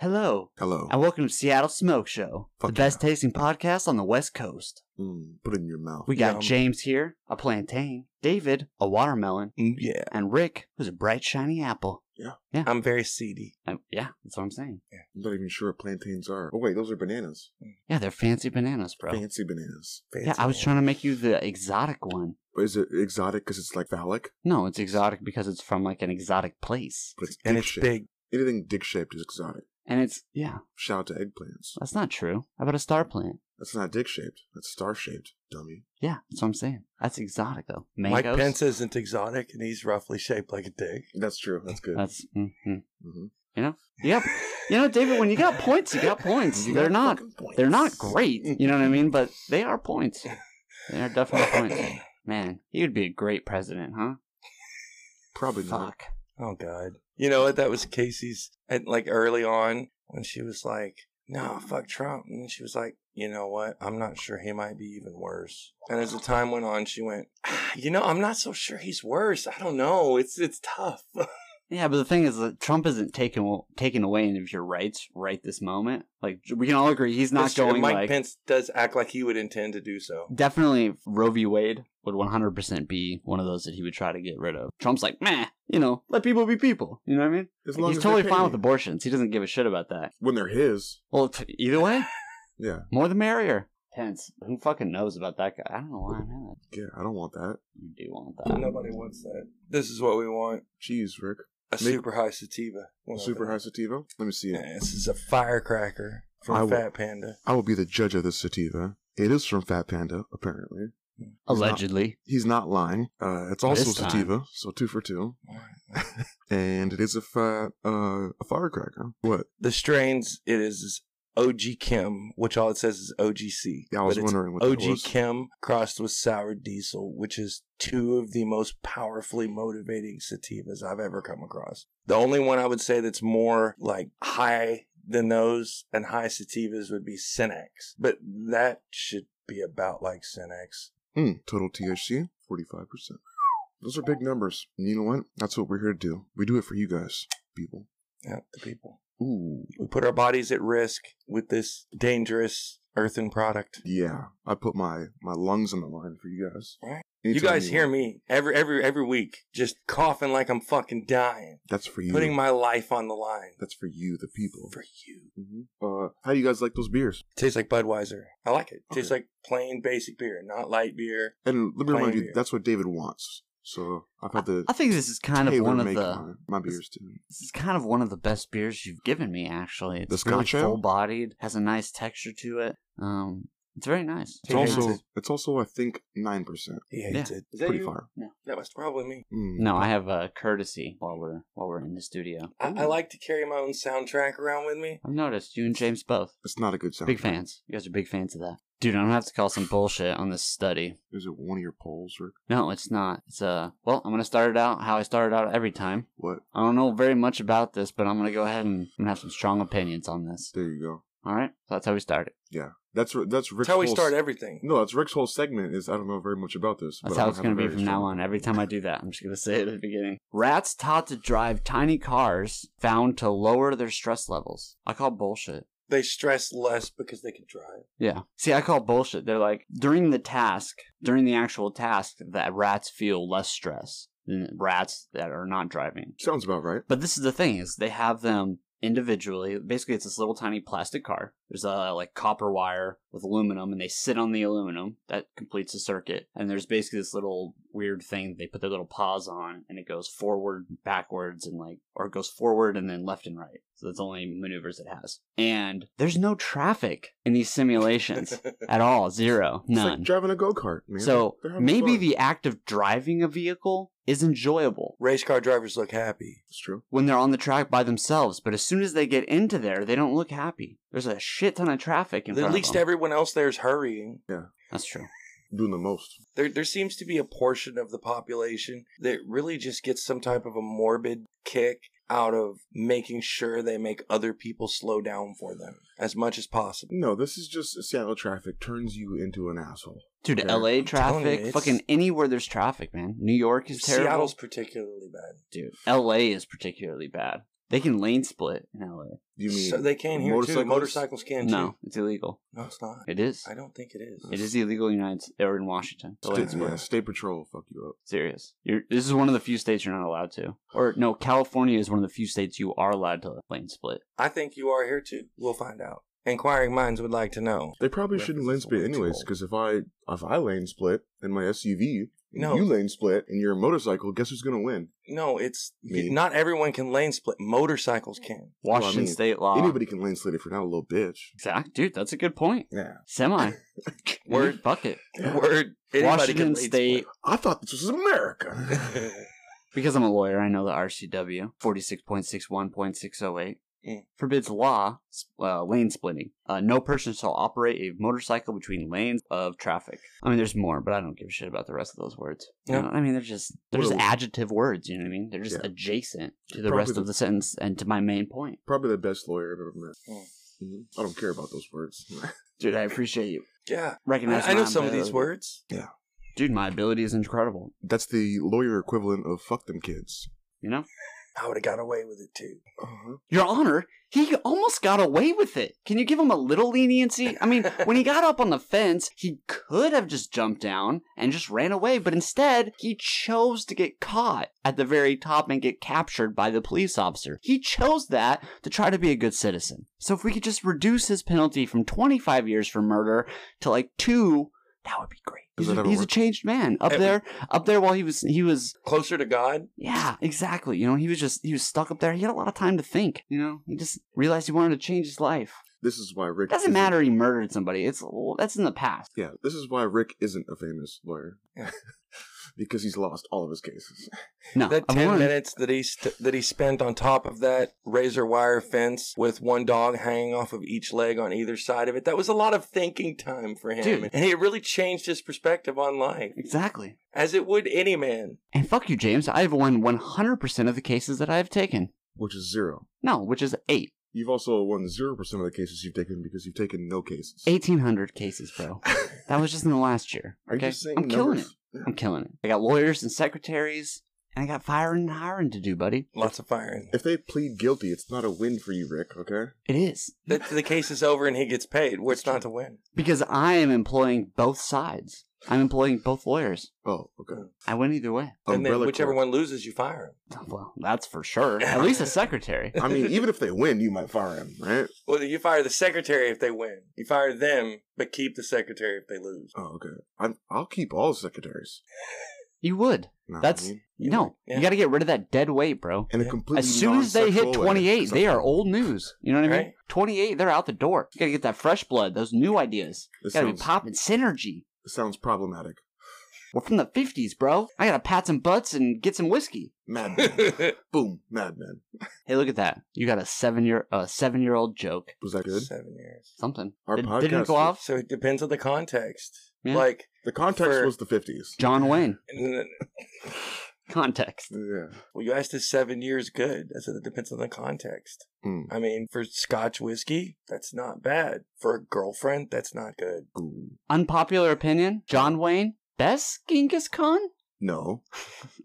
Hello, Hello. and welcome to Seattle Smoke Show, the Fuck best yeah. tasting podcast on the West Coast. Mm, put it in your mouth. We got Yum. James here, a plantain, David, a watermelon, Mm, Yeah, and Rick, who's a bright, shiny apple. I'm very seedy. And yeah, that's what I'm saying. Yeah, I'm not even sure what plantains are. Oh wait, those are bananas. Yeah, they're fancy bananas, bro. Fancy bananas. yeah, I was trying to make you the exotic one. Is it exotic because it's like phallic? No, it's exotic because it's from like an exotic place. But it's and dick it's shaped. big. Anything dick shaped is exotic. And it's, yeah, Shout out to eggplants. that's not true. How about a star plant? That's not dick shaped. That's star shaped, dummy. Yeah, that's what I'm saying. That's exotic, though. Mangoes? Mike Pence isn't exotic, and he's roughly shaped like a dick. That's true. That's good. That's, mm-hmm. hmm Yep. You know, David, when you got points, you got points. they're not they're not great, you know what I mean? But they are points. They are definitely points. Man, you'd be a great president, huh? Probably not. Fuck. Oh God! You know what? That was Casey's. At, like early on, when she was like, "No, fuck Trump," and then she was like, "You know what? I'm not sure. He might be even worse." And as the time went on, she went, "Ah, "You know, I'm not so sure he's worse. I don't know. It's it's tough." Yeah, but the thing is that Trump isn't taking taking away any of your rights right this moment. Like we can all agree he's not That's true. And going Mike like Pence does act like he would intend to do so. definitely Roe v. Wade would 100% be one of those that he would try to get rid of. Trump's like, "Meh, you know, let people be people." You know what I mean? As long He's as totally they pay fine me. with abortions. He doesn't give a shit about that. When they're his. Well, t- either way, Yeah. More the merrier. Pence. Who fucking knows about that guy? I don't know why I'm in it. Yeah, I don't want that. You do want that. Nobody wants that. This is what we want: Jeez, Rick. a Make- super high sativa. One of Super those. high sativa. Let me see it. Yeah, this is a firecracker from I will- Fat Panda. I will be the judge of this sativa. It is from Fat Panda, apparently. Allegedly. He's not lying. Uh, it's also This time. sativa, so two for two. And it is a fat, uh, a firecracker. What? The strains it is, is OG Kim, which all it says is OGC. Yeah, I was but it's wondering what that OG was. Kim crossed with Sour Diesel, which is two of the most powerfully motivating sativas I've ever come across. The only one I would say that's more like high than those and high sativas would be Cinex, but that should be about like Cinex. Hmm, total THC, 45%. Those are big numbers. And you know what? That's what we're here to do. We do it for you guys, people. Yeah, the people. Ooh. We put our bodies at risk with this dangerous earthen product. Yeah, I put my, my lungs on the line for you guys. Right. you Anytime guys hear want. me every every every week, just coughing like I'm fucking dying, That's for you. putting my life on the line That's for you, the people. for you. Mhm. Uh, how do you guys like those beers? Tastes like Budweiser. I like it. Tastes Okay. like plain basic beer, not light beer. And let me Plain remind you, beer. that's what David wants. So I've had the I think this is kind of one of tailor-make the my, my beers too. this is kind of one of the best beers you've given me actually. It's The Scotch really Ale? full bodied, has a nice texture to it. Um it's very nice. It's Very also nice. it's also I think nine percent. He hates Yeah. it. It's pretty far. That was probably me. Mm. No, I have a courtesy while we're while we're in the studio. I, I like to carry my own soundtrack around with me. I've noticed you and James both. It's not a good sound. Big fans. You guys are big fans of that. Dude, I don't have to call some bullshit on this study. Is it one of your polls or No, it's not. It's uh well, I'm gonna start it out how I start it out every time. what? I don't know very much about this, but I'm gonna go ahead and I'm gonna have some strong opinions on this. There you go. All right, so that's how we start it. Yeah, that's r- that's Rick's That's how we whole s- start everything. No, that's Rick's whole segment. Is I don't know very much about this. That's but I how don't it's have gonna a be very from now strong- on. Every time I do that, I'm just gonna say it at the beginning. Rats taught to drive tiny cars found to lower their stress levels. I call bullshit. They stress less because they can drive. Yeah. See, I call bullshit. They're like during the task, during the actual task, that rats feel less stress than rats that are not driving. Sounds about right. But this is the thing is they have them individually. Basically, it's this little tiny plastic car. There's a like copper wire with aluminum, and they sit on the aluminum that completes the circuit. And there's basically this little weird thing that they put their little paws on, and it goes forward, backwards, and like or it goes forward and then left and right. So that's the only maneuvers it has. And there's no traffic in these simulations at all. Zero. It's None. like driving a go kart, man. so They're having maybe fun. the act of driving a vehicle is enjoyable Race car drivers look happy. it's true. when they're on the track by themselves, but as soon as they get into there, they don't look happy. There's a shit ton of traffic in At front least of them. everyone else there is hurrying. That's true. Doing the most. there there seems to be a portion of the population that really just gets some type of a morbid kick out of making sure they make other people slow down for them as much as possible. No, this is just Seattle traffic turns you into an asshole. Dude, LA Yeah. I'm telling you, traffic, it's- fucking anywhere there's traffic, man. New York is terrible. Seattle's particularly bad. Dude, LA is particularly bad. They can lane split in LA. You mean so they can here too. motorcycles? Motorcycles can too. No, it's illegal. no, it's not. It is. I don't think it is. It is illegal in the United or in Washington. The lane state, split. yeah, state patrol will fuck you up. Serious. You're, this is one of the few states you're not allowed to. Or no, California is one of the few states you are allowed to lane split. I think you are here too. We'll find out. Inquiring minds would like to know. They probably shouldn't lane References split will be anyways, told. because if I if I lane split in my SUV, and No. you lane split in your motorcycle, guess who's gonna win? No, it's Me. not everyone can lane split. Motorcycles can. I Washington mean, state law. Anybody can lane split if you're not a little bitch. Exact, dude. That's a good point. Yeah. Semi. Word. Word bucket. Word. Anybody Washington can lane State, I thought this was America. split. because I'm a lawyer, I know the RCW 46.61.608 Mm. forbids law uh, lane splitting. Uh, no person shall operate a motorcycle between lanes of traffic. I mean, there's more, but I don't give a shit about the rest of those words. You Yeah. know, I mean, they're just they're What just are we- adjective words. You know what I mean? They're just Yeah. adjacent to the Probably rest the- of the sentence and to my main point. probably the best lawyer I've ever met. Mm. Mhm. I don't care about those words. Dude, I appreciate you. yeah. Recognize I, I know my some of these ability. words. Dude, my ability is incredible. That's the lawyer equivalent of fuck them kids. You know. I would have got away with it too. Uh-huh. Your Honor, he almost got away with it. Can you give him a little leniency? I mean, when he got up on the fence, he could have just jumped down and just ran away, but instead, he chose to get caught at the very top and get captured by the police officer. He chose that to try to be a good citizen. So if we could just reduce his penalty from 25 years for murder to like 2, that would be great. Does He's, that a, ever he's a work? changed man. Up Hey, we- there, up there while he was he was Closer to God. yeah, exactly. You know, he was just he was stuck up there. He had a lot of time to think. You know, he just realized he wanted to change his life. This is why Rick Doesn't isn't- matter he murdered somebody. It's well, that's in the past. Yeah, this is why Rick isn't a famous lawyer. Yeah. because he's lost all of his cases. No, That I've ten learned- minutes that he st- that he spent on top of that razor wire fence with one dog hanging off of each leg on either side of it. That was a lot of thinking time for him, Dude. and it really changed his perspective on life, exactly. as it would any man. And fuck you, James. I have won one hundred percent of the cases that I have taken. Which is zero. No, which is eight. You've also won zero percent of the cases you've taken because you've taken no cases. Eighteen hundred cases, bro. That was just in the last year. Are okay? you just saying I'm killing it. numbers? I'm killing it. I got lawyers and secretaries, and I got firing and hiring to do, buddy. Lots of firing. If they plead guilty, it's not a win for you, Rick, okay? It is. the, the case is over and he gets paid. What's not to win? Because I am employing both sides. I'm employing both lawyers. Oh, okay. I went either way. Mm. And then Umbrella whichever Corp. one loses, you fire him. Well, that's for sure. At least a secretary. I mean, even if they win, you might fire him, right? Well, you fire the secretary if they win. You fire them, but keep the secretary if they lose. Oh, okay. I'm, I'll keep all secretaries. You would. Nah, I That's mean, no. yeah. You got to get rid of that dead weight, bro. in a Yeah. completely As soon as they hit non-sexual way. 28, they are old news. You know what I mean? Right. 28, they're out the door. You got to get that fresh blood, those new ideas. This got to be sounds- popping synergy. Sounds problematic. We're from the 50s, bro. I got to pat some butts and get some whiskey. Madman. Boom. Madman. Hey, look at that. You got a 7-year a 7-year-old joke. Was that good? Seven years. Something. Our Did, podcast didn't go was- off. So it depends on the context. Yeah. Like, The context For- was the 50s. John Wayne. n- Context. Yeah. well, you asked is seven years good? I said it depends on the context. Mm. I mean, for Scotch whiskey, that's not bad. For a girlfriend, that's not good. Ooh. Unpopular opinion. John Wayne. Best Genghis Khan? No.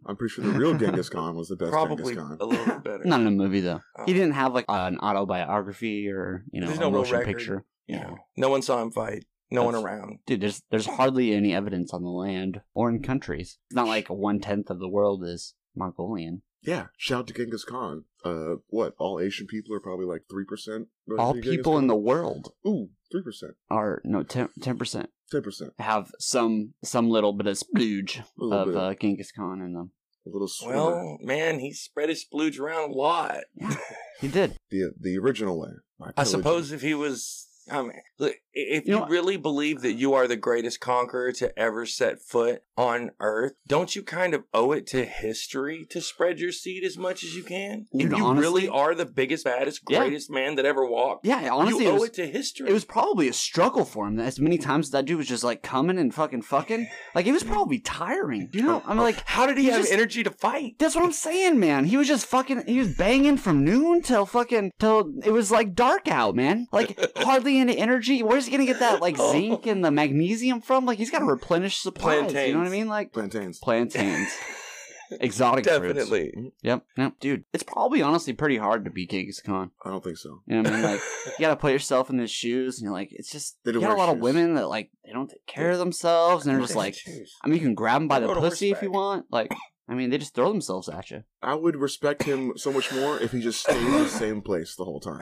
I'm pretty sure the real Genghis Khan was the best Probably Genghis Khan. a little bit better. Not in a movie though. Oh. He didn't have like an autobiography or you know There's a no real motion record. picture. You know, no one saw him fight. No one That's- around. Dude, there's there's hardly any evidence on the land or in countries. It's not like one tenth of the world is Mongolian. Yeah, shout out to Genghis Khan. Uh, what? All Asian people are probably like three percent. All people in the world ooh, three percent, are no ten percent ten percent, have some some little bit of splooge a little of bit, uh, Genghis Khan in them. a little sliver. Well, man, he spread his splooge around a lot. He did. the the original way. My I pillaging. suppose if he was, I mean, look, i- if You you, know what? really believe that you are the greatest conqueror to ever set foot on Earth, don't you kind of owe it to history to spread your seed as much as you can? Dude, if you honestly- really are the biggest, baddest, Yeah. greatest man that ever walked, Yeah, honestly, you it owe was, it to history. it was probably a struggle for him. As many times as that dude was just like coming and fucking fucking, like it was probably tiring. You know, I'm like, how did he, he have just- energy to fight? That's what I'm saying, man. He was just fucking. He was banging from noon till fucking till it was like dark out, man. Like hardly any energy. Where's he gonna get that like Oh. zinc and the magnesium from? Like he's gotta replenish supplies. You know what I Plantains. mean? Like plantains. plantains. Exotic fruits. Definitely. Yep. No, dude, it's probably honestly pretty hard to beat Genghis Khan. I don't think so. You know what I mean? Like, you gotta put yourself in his shoes, and you're like, it's just They you don't got a wear lot of shoes. women that like they don't take care of themselves, and they're just like, I mean, you can grab them by They the go to pussy if you horseback. want. Like, I mean, they just throw themselves at you. I would respect him so much more if he just stayed in the same place the whole time.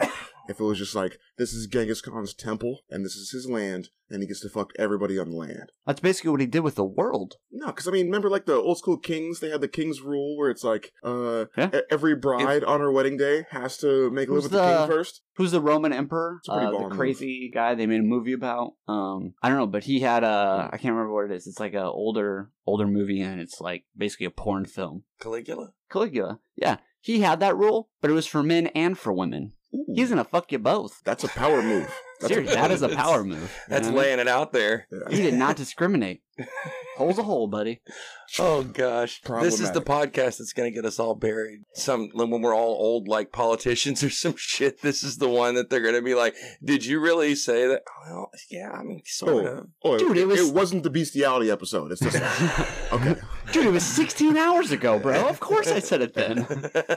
If it was just like, this is Genghis Khan's temple, and this is his land, and he gets to fuck everybody on the land. That's basically what he did with the world. No, because I mean, remember like the old school kings? They had the king's rule where it's like, uh, Yeah. e- every bride on her wedding day has to make love Who's with the the- king first. Who's the Roman emperor? It's a pretty Uh, baller the move. crazy guy they made a movie about. Um, I don't know, but he had a I can't remember what it is. It's like a older older movie, and it's like basically a porn film. Caligula. Caligula. Yeah, he had that rule, but it was for men and for women. He's gonna fuck you both. That's a power move. That's a Seriously, that is a that's- power move. you That's know what I mean? laying it out there. Yeah. You did not discriminate. Hole's a hole, buddy. Oh gosh, this is the podcast that's going to get us all buried. Some when we're all old, like politicians or some shit. This is the one that they're going to be like, "Did you really say that?" Well, yeah, I mean, sort Oh. of. Oh, Dude, Dude, it it, was- it wasn't the bestiality episode. It's this one. Okay. Dude, it was 16 hours ago, bro. Of course I said it then.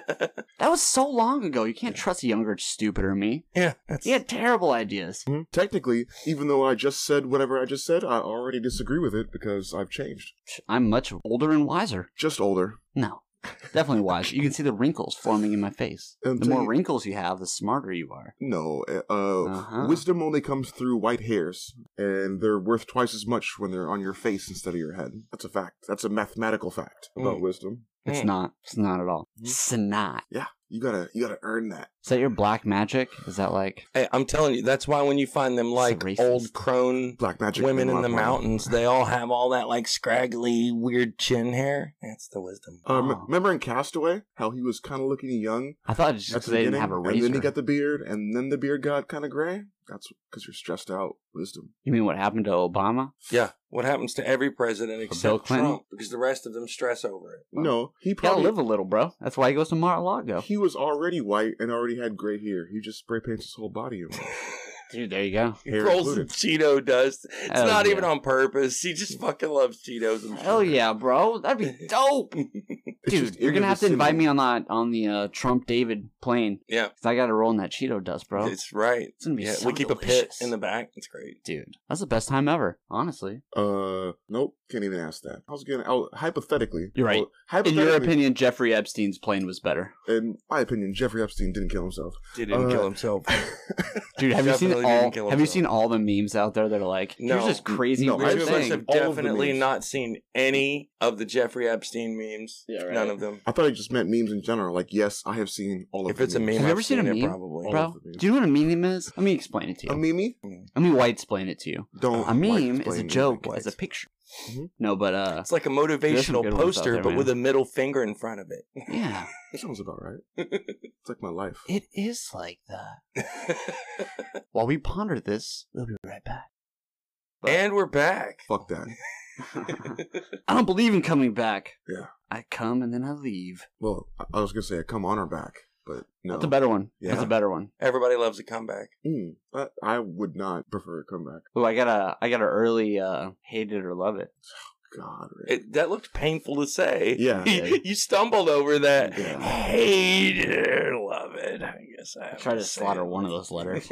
That was so long ago. You can't trust a younger, stupider me. yeah, that's, He had terrible ideas. Mhm. Technically, even though I just said whatever I just said, I already disagree with it because I've changed. I'm much older and wiser. Just older. No, definitely wiser. You can see the wrinkles forming in my face. Um, The so more you- wrinkles you have, the smarter you are. No, uh, uh, Uh-huh. wisdom only comes through white hairs, and they're worth twice as much when they're on your face instead of your head. That's a fact. That's a mathematical fact about Mm. wisdom. It's Mm. not. It's not at all. Hmm. Mhm. It's not. Yeah, you gotta you gotta earn that. Is that your black magic? Is that like Hey, I'm telling you, that's why when you find them like racist. old crone Black magic. women in Monopoly. the mountains, they all have all that like scraggly, weird chin hair. That's the wisdom. Um, Oh. remember in Castaway how he was kind of looking young I thought it's just at 'cause the they beginning, didn't have a and razor. then he got the beard, and then the beard got kind of gray. That's because you're stressed out. Wisdom. You mean what happened to Obama? Yeah, what happens to every president Bill except Clinton? Trump because the rest of them stress over it. No, he You gotta probably live a little, bro. That's why he goes to Mar-a-Lago. he was already white and already had gray hair. He just spray paints his whole body. in white. Dude, there you go. Hair rolls included. some Cheeto dust. It's Hell not yeah. even on purpose. He just fucking loves Cheetos. I'm Hell sure. yeah, bro. That'd be dope. It's Dude, just you're in gonna the have to invite vicinity. me on that on the uh, Trump David plane. Yeah. 'Cause I gotta roll in that Cheeto dust, bro. It's It's right. gonna be Yeah, so we keep a pit delicious. in the back. It's great. dude. That's the best time ever, honestly. Uh, nope. Can't even ask that. I was gonna I'll, hypothetically. You're right. well, In your hypothetically, opinion, Jeffrey Epstein's plane was better, in my opinion, Jeffrey Epstein didn't kill himself. Didn't Uh, kill himself. dude. Have you seen Definitely didn't all? kill Have you himself. seen all the memes out there that are like, "Here's No. this crazy No, weird I've Most of us thing." seen have all of the definitely memes. not seen any of the Jeffrey Epstein memes. Yeah, right. None of them. I thought he just meant memes in general. Like, yes, I have seen all of. If the it's a meme, memes. Have you I've ever seen a it meme, probably. all bro, of the memes. do you know what a meme is? Let me explain it to you. a meme, Let me white explain it to you. don't. A meme is a explain joke. anything. It's a picture. Mhm. No, but uh, It's like a There's some motivational good ones out poster, there, but man. with a middle finger in front of it. yeah, That sounds about right. it's like my life. it is like that. While we ponder this, we'll be right back. and we're back. Fuck that. I don't believe in coming back. Yeah. I come and then I leave. Well, I, I was gonna say I come on her back, but no. That's a better one. That's Yeah. a better one. Everybody loves a comeback. Mm, I, I would not prefer a comeback. Oh, I got a I got a early uh hate it or love it. God. Rick. It, that looked painful to say. yeah. Yeah. you stumbled over that. Yeah. Hate it, love it. I guess I, I have tried to say slaughter it. one of those letters.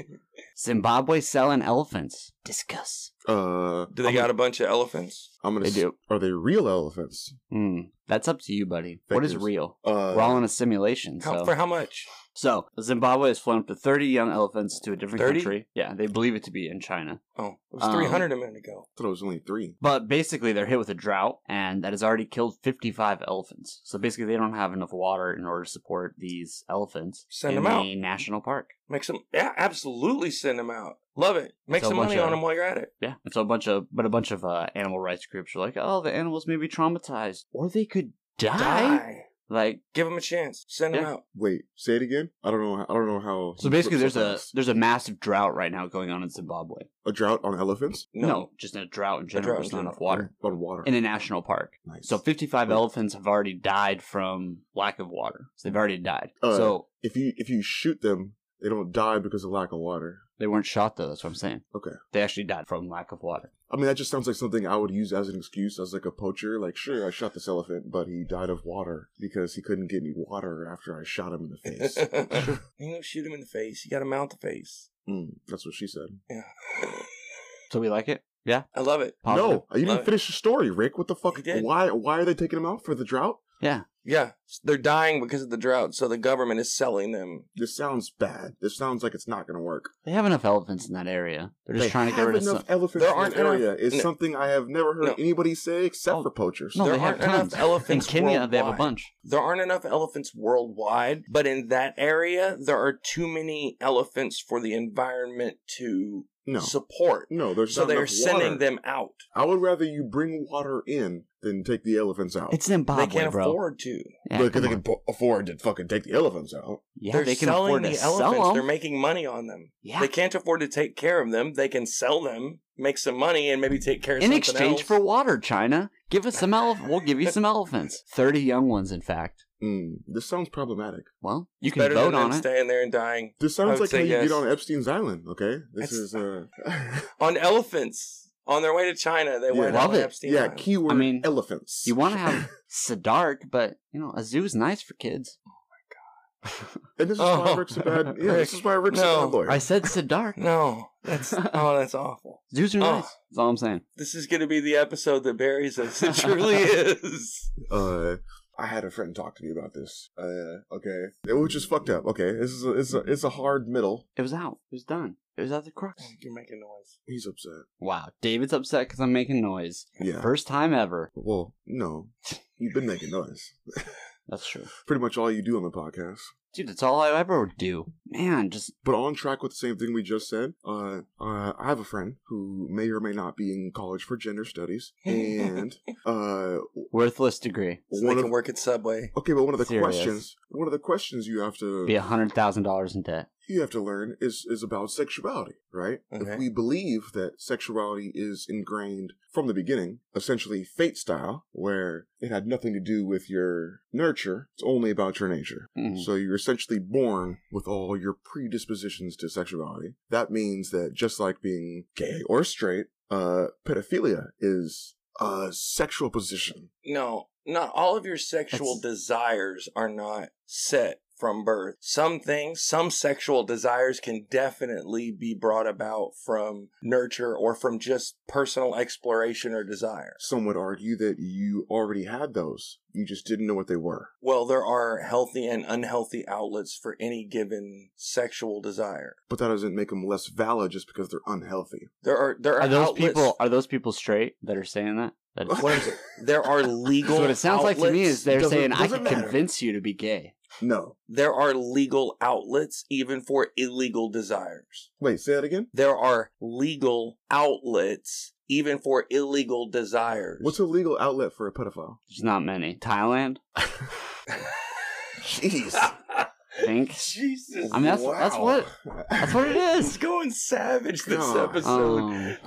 Zimbabwe selling elephants. Discuss. Uh, Do they I'm, got a bunch of elephants? I'm gonna. They s- do. Are they real elephants? Mm, that's up to you, buddy. What is Figures. real? Uh, We're all in a simulation. How, So. For how much? so Zimbabwe has flown up to thirty young elephants to a different 30? country. Yeah, they believe it to be in China. Oh, it was Um, 300 a minute ago. I thought it was only three. But basically, they're hit with a drought, and that has already killed 55 elephants. So basically, they don't have enough water in order to support these elephants Send in 'em out. the national park. Make some, yeah, absolutely send them out. Love it. Make So some much, money uh, on them while you're at it. Yeah, and so a bunch of but a bunch of uh, animal rights groups are like, oh, the animals may be traumatized, or they could die. Die. Like, Give them a chance. Send them Yeah. out. Wait, say it again. I don't know. I don't know how. so basically, there's a there's a massive drought right now going on in Zimbabwe. a drought on elephants No, just a drought in general. drought in There's not enough Water. water on water. in a national park. nice. So 55 elephants have already Oh, died from lack of water. So they've already died. Uh, so if you if you shoot them, They don't die because of lack of water. They weren't shot though. That's what I'm saying. Okay. They actually died from lack of water. I mean, that just sounds like something I would use as an excuse, as like a poacher. Like, sure, I shot this elephant, but he died of water because he couldn't get any water after I shot him in the face. you know, shoot him in the face. You got to mount the face. Mm, that's what she said. Yeah. So we like it. Yeah. I love it. Positive. No, you Love didn't it. finish the story, Rick. What the fuck? He did. Why? Why are they taking him out for the drought? Yeah. They're dying because of the drought, so the government is selling them. This sounds bad. This sounds like it's not going to work. They have enough elephants in that area. They're just They trying to get have rid of enough some. elephants There in aren't the area. Is no. something I have never heard No. anybody say except Oh, for poachers. No, There they have aren't enough tons. In elephants Kenya, they have a worldwide. bunch. There aren't enough elephants worldwide, but in that area, there are too many elephants for the environment to No, support. no. There's so not they're enough water. sending them out. I would rather you bring water in than take the elephants out. It's Zimbabwe, they can't Ah, bro. afford to. yeah, because come they on. can po- afford to fucking take the elephants out. Yeah, they're they can selling afford to the sell elephants. They're them. making money on them. yeah. They can't afford to take care of them. They can sell them, make some money, and maybe take care in of something exchange else. for water, China. Give us some elephants. We'll give you some elephants. 30 young ones, in fact. Mm, this sounds problematic. Well, you can better vote than them on it. staying there and dying This I sounds would like how say you yes. get on Epstein's island. Okay, this That's- is uh, on elephants on their way to China. They Yeah. went Love on it. Epstein. yeah. Island. Keyword: I mean, elephants. You want to have Siddhark, but, you know, a zoo's nice for kids. And this is why Oh. Rick's a bad. Yeah, this is why Rick's No. a bad lawyer. I said Siddhark. No, that's oh, that's awful. Zoos are Oh. nice. That's all I'm saying. This is going to be the episode that buries us. It truly is. uh, I had a friend talk to me about this. Uh, okay, it was just fucked up. Okay, this is a, it's a it's a hard middle. It was out. It was done. It was at the crux. You're making noise. He's upset. Wow. David's upset because I'm making noise. Yeah. First time ever. Well, no, you've been making noise. That's true. Pretty much all you do on the podcast. Dude, that's all I ever do. Man, just But on track with the same thing we just said, uh, uh, I have a friend who may or may not be in college for gender studies, and uh, worthless degree. So they one can of work at Subway. okay, but one of the Serious. questions, one of the questions you have to Be a hundred thousand dollars in debt. you have to learn is is about sexuality, right? Okay. If we believe that sexuality is ingrained from the beginning, essentially fate style, where it had nothing to do with your nurture, it's only about your nature. Mhm. So you're essentially born with all your predispositions to sexuality. That means that just like being gay or straight, uh, pedophilia is a sexual position. No, not all of your sexual That's- desires are not set from birth. Some things, some sexual desires can definitely be brought about from nurture or from just personal exploration or desire. Some would argue that you already had those. You just didn't know what they were. Well, there are healthy and unhealthy outlets for any given sexual desire. But that doesn't make them less valid just because they're unhealthy. There are there are, Are those outlets- people are those people straight that are saying that? That What I'm saying- there are legal. So what it sounds like to me outlets- is they're Doesn't- saying I doesn't can matter. convince you to be gay. No. there are legal outlets even for illegal desires. Wait, say that again? there are legal outlets even for illegal desires. What's a legal outlet for a pedophile? There's not many. Thailand, Jeez. I think. Jesus. I mean, that's- that's what- That's what it it's is. going savage this God. episode. Um,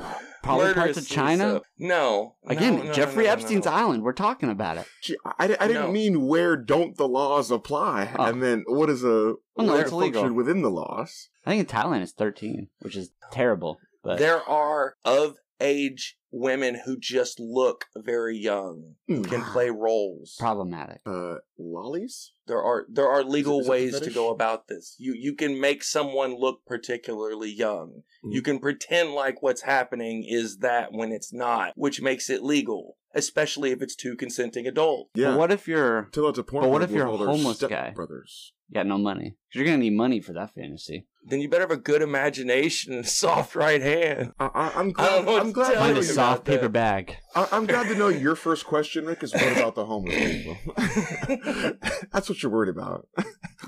probably parts Murderously of China. so. No. no, Again, no, no, Jeffrey no, no, Epstein's no. Island. We're talking about it. Gee, I, I didn't No. mean where don't the laws apply. Oh. I meant what is a Oh, no, where it's function legal. within the laws. I think in Thailand it's 13, which is terrible. But There are of age women who just look very young, Hmm. can Ah, play roles. problematic. Uh, lollies? There are there are legal is it a ways to fetish? go about this. You you can make someone look particularly young. Mm. You can pretend like what's happening is that when it's not, which makes it legal, especially if it's two consenting adults. Yeah. But what if you're Tell it to porn. But what with if you're a all their homeless step guy? Brothers. got no money? 'Cause You're gonna need money for that fantasy. Then you better have a good imagination and a soft right hand. I, I, I'm I don't glad. know what I'm to glad. tell To Find know a you. your- soft about paper that. bag. I, I'm glad to know your first question, Rick, is what about the homeless people? That's what you're worried about.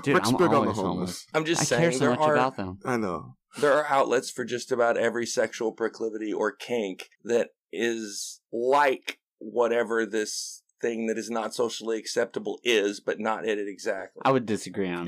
Dude, Rick's I'm big on the always homeless. I'm just I saying care so there much are about them. I know. there are outlets for just about every sexual proclivity or kink that is like whatever this thing that is not socially acceptable is, but not hit it exactly. I would disagree on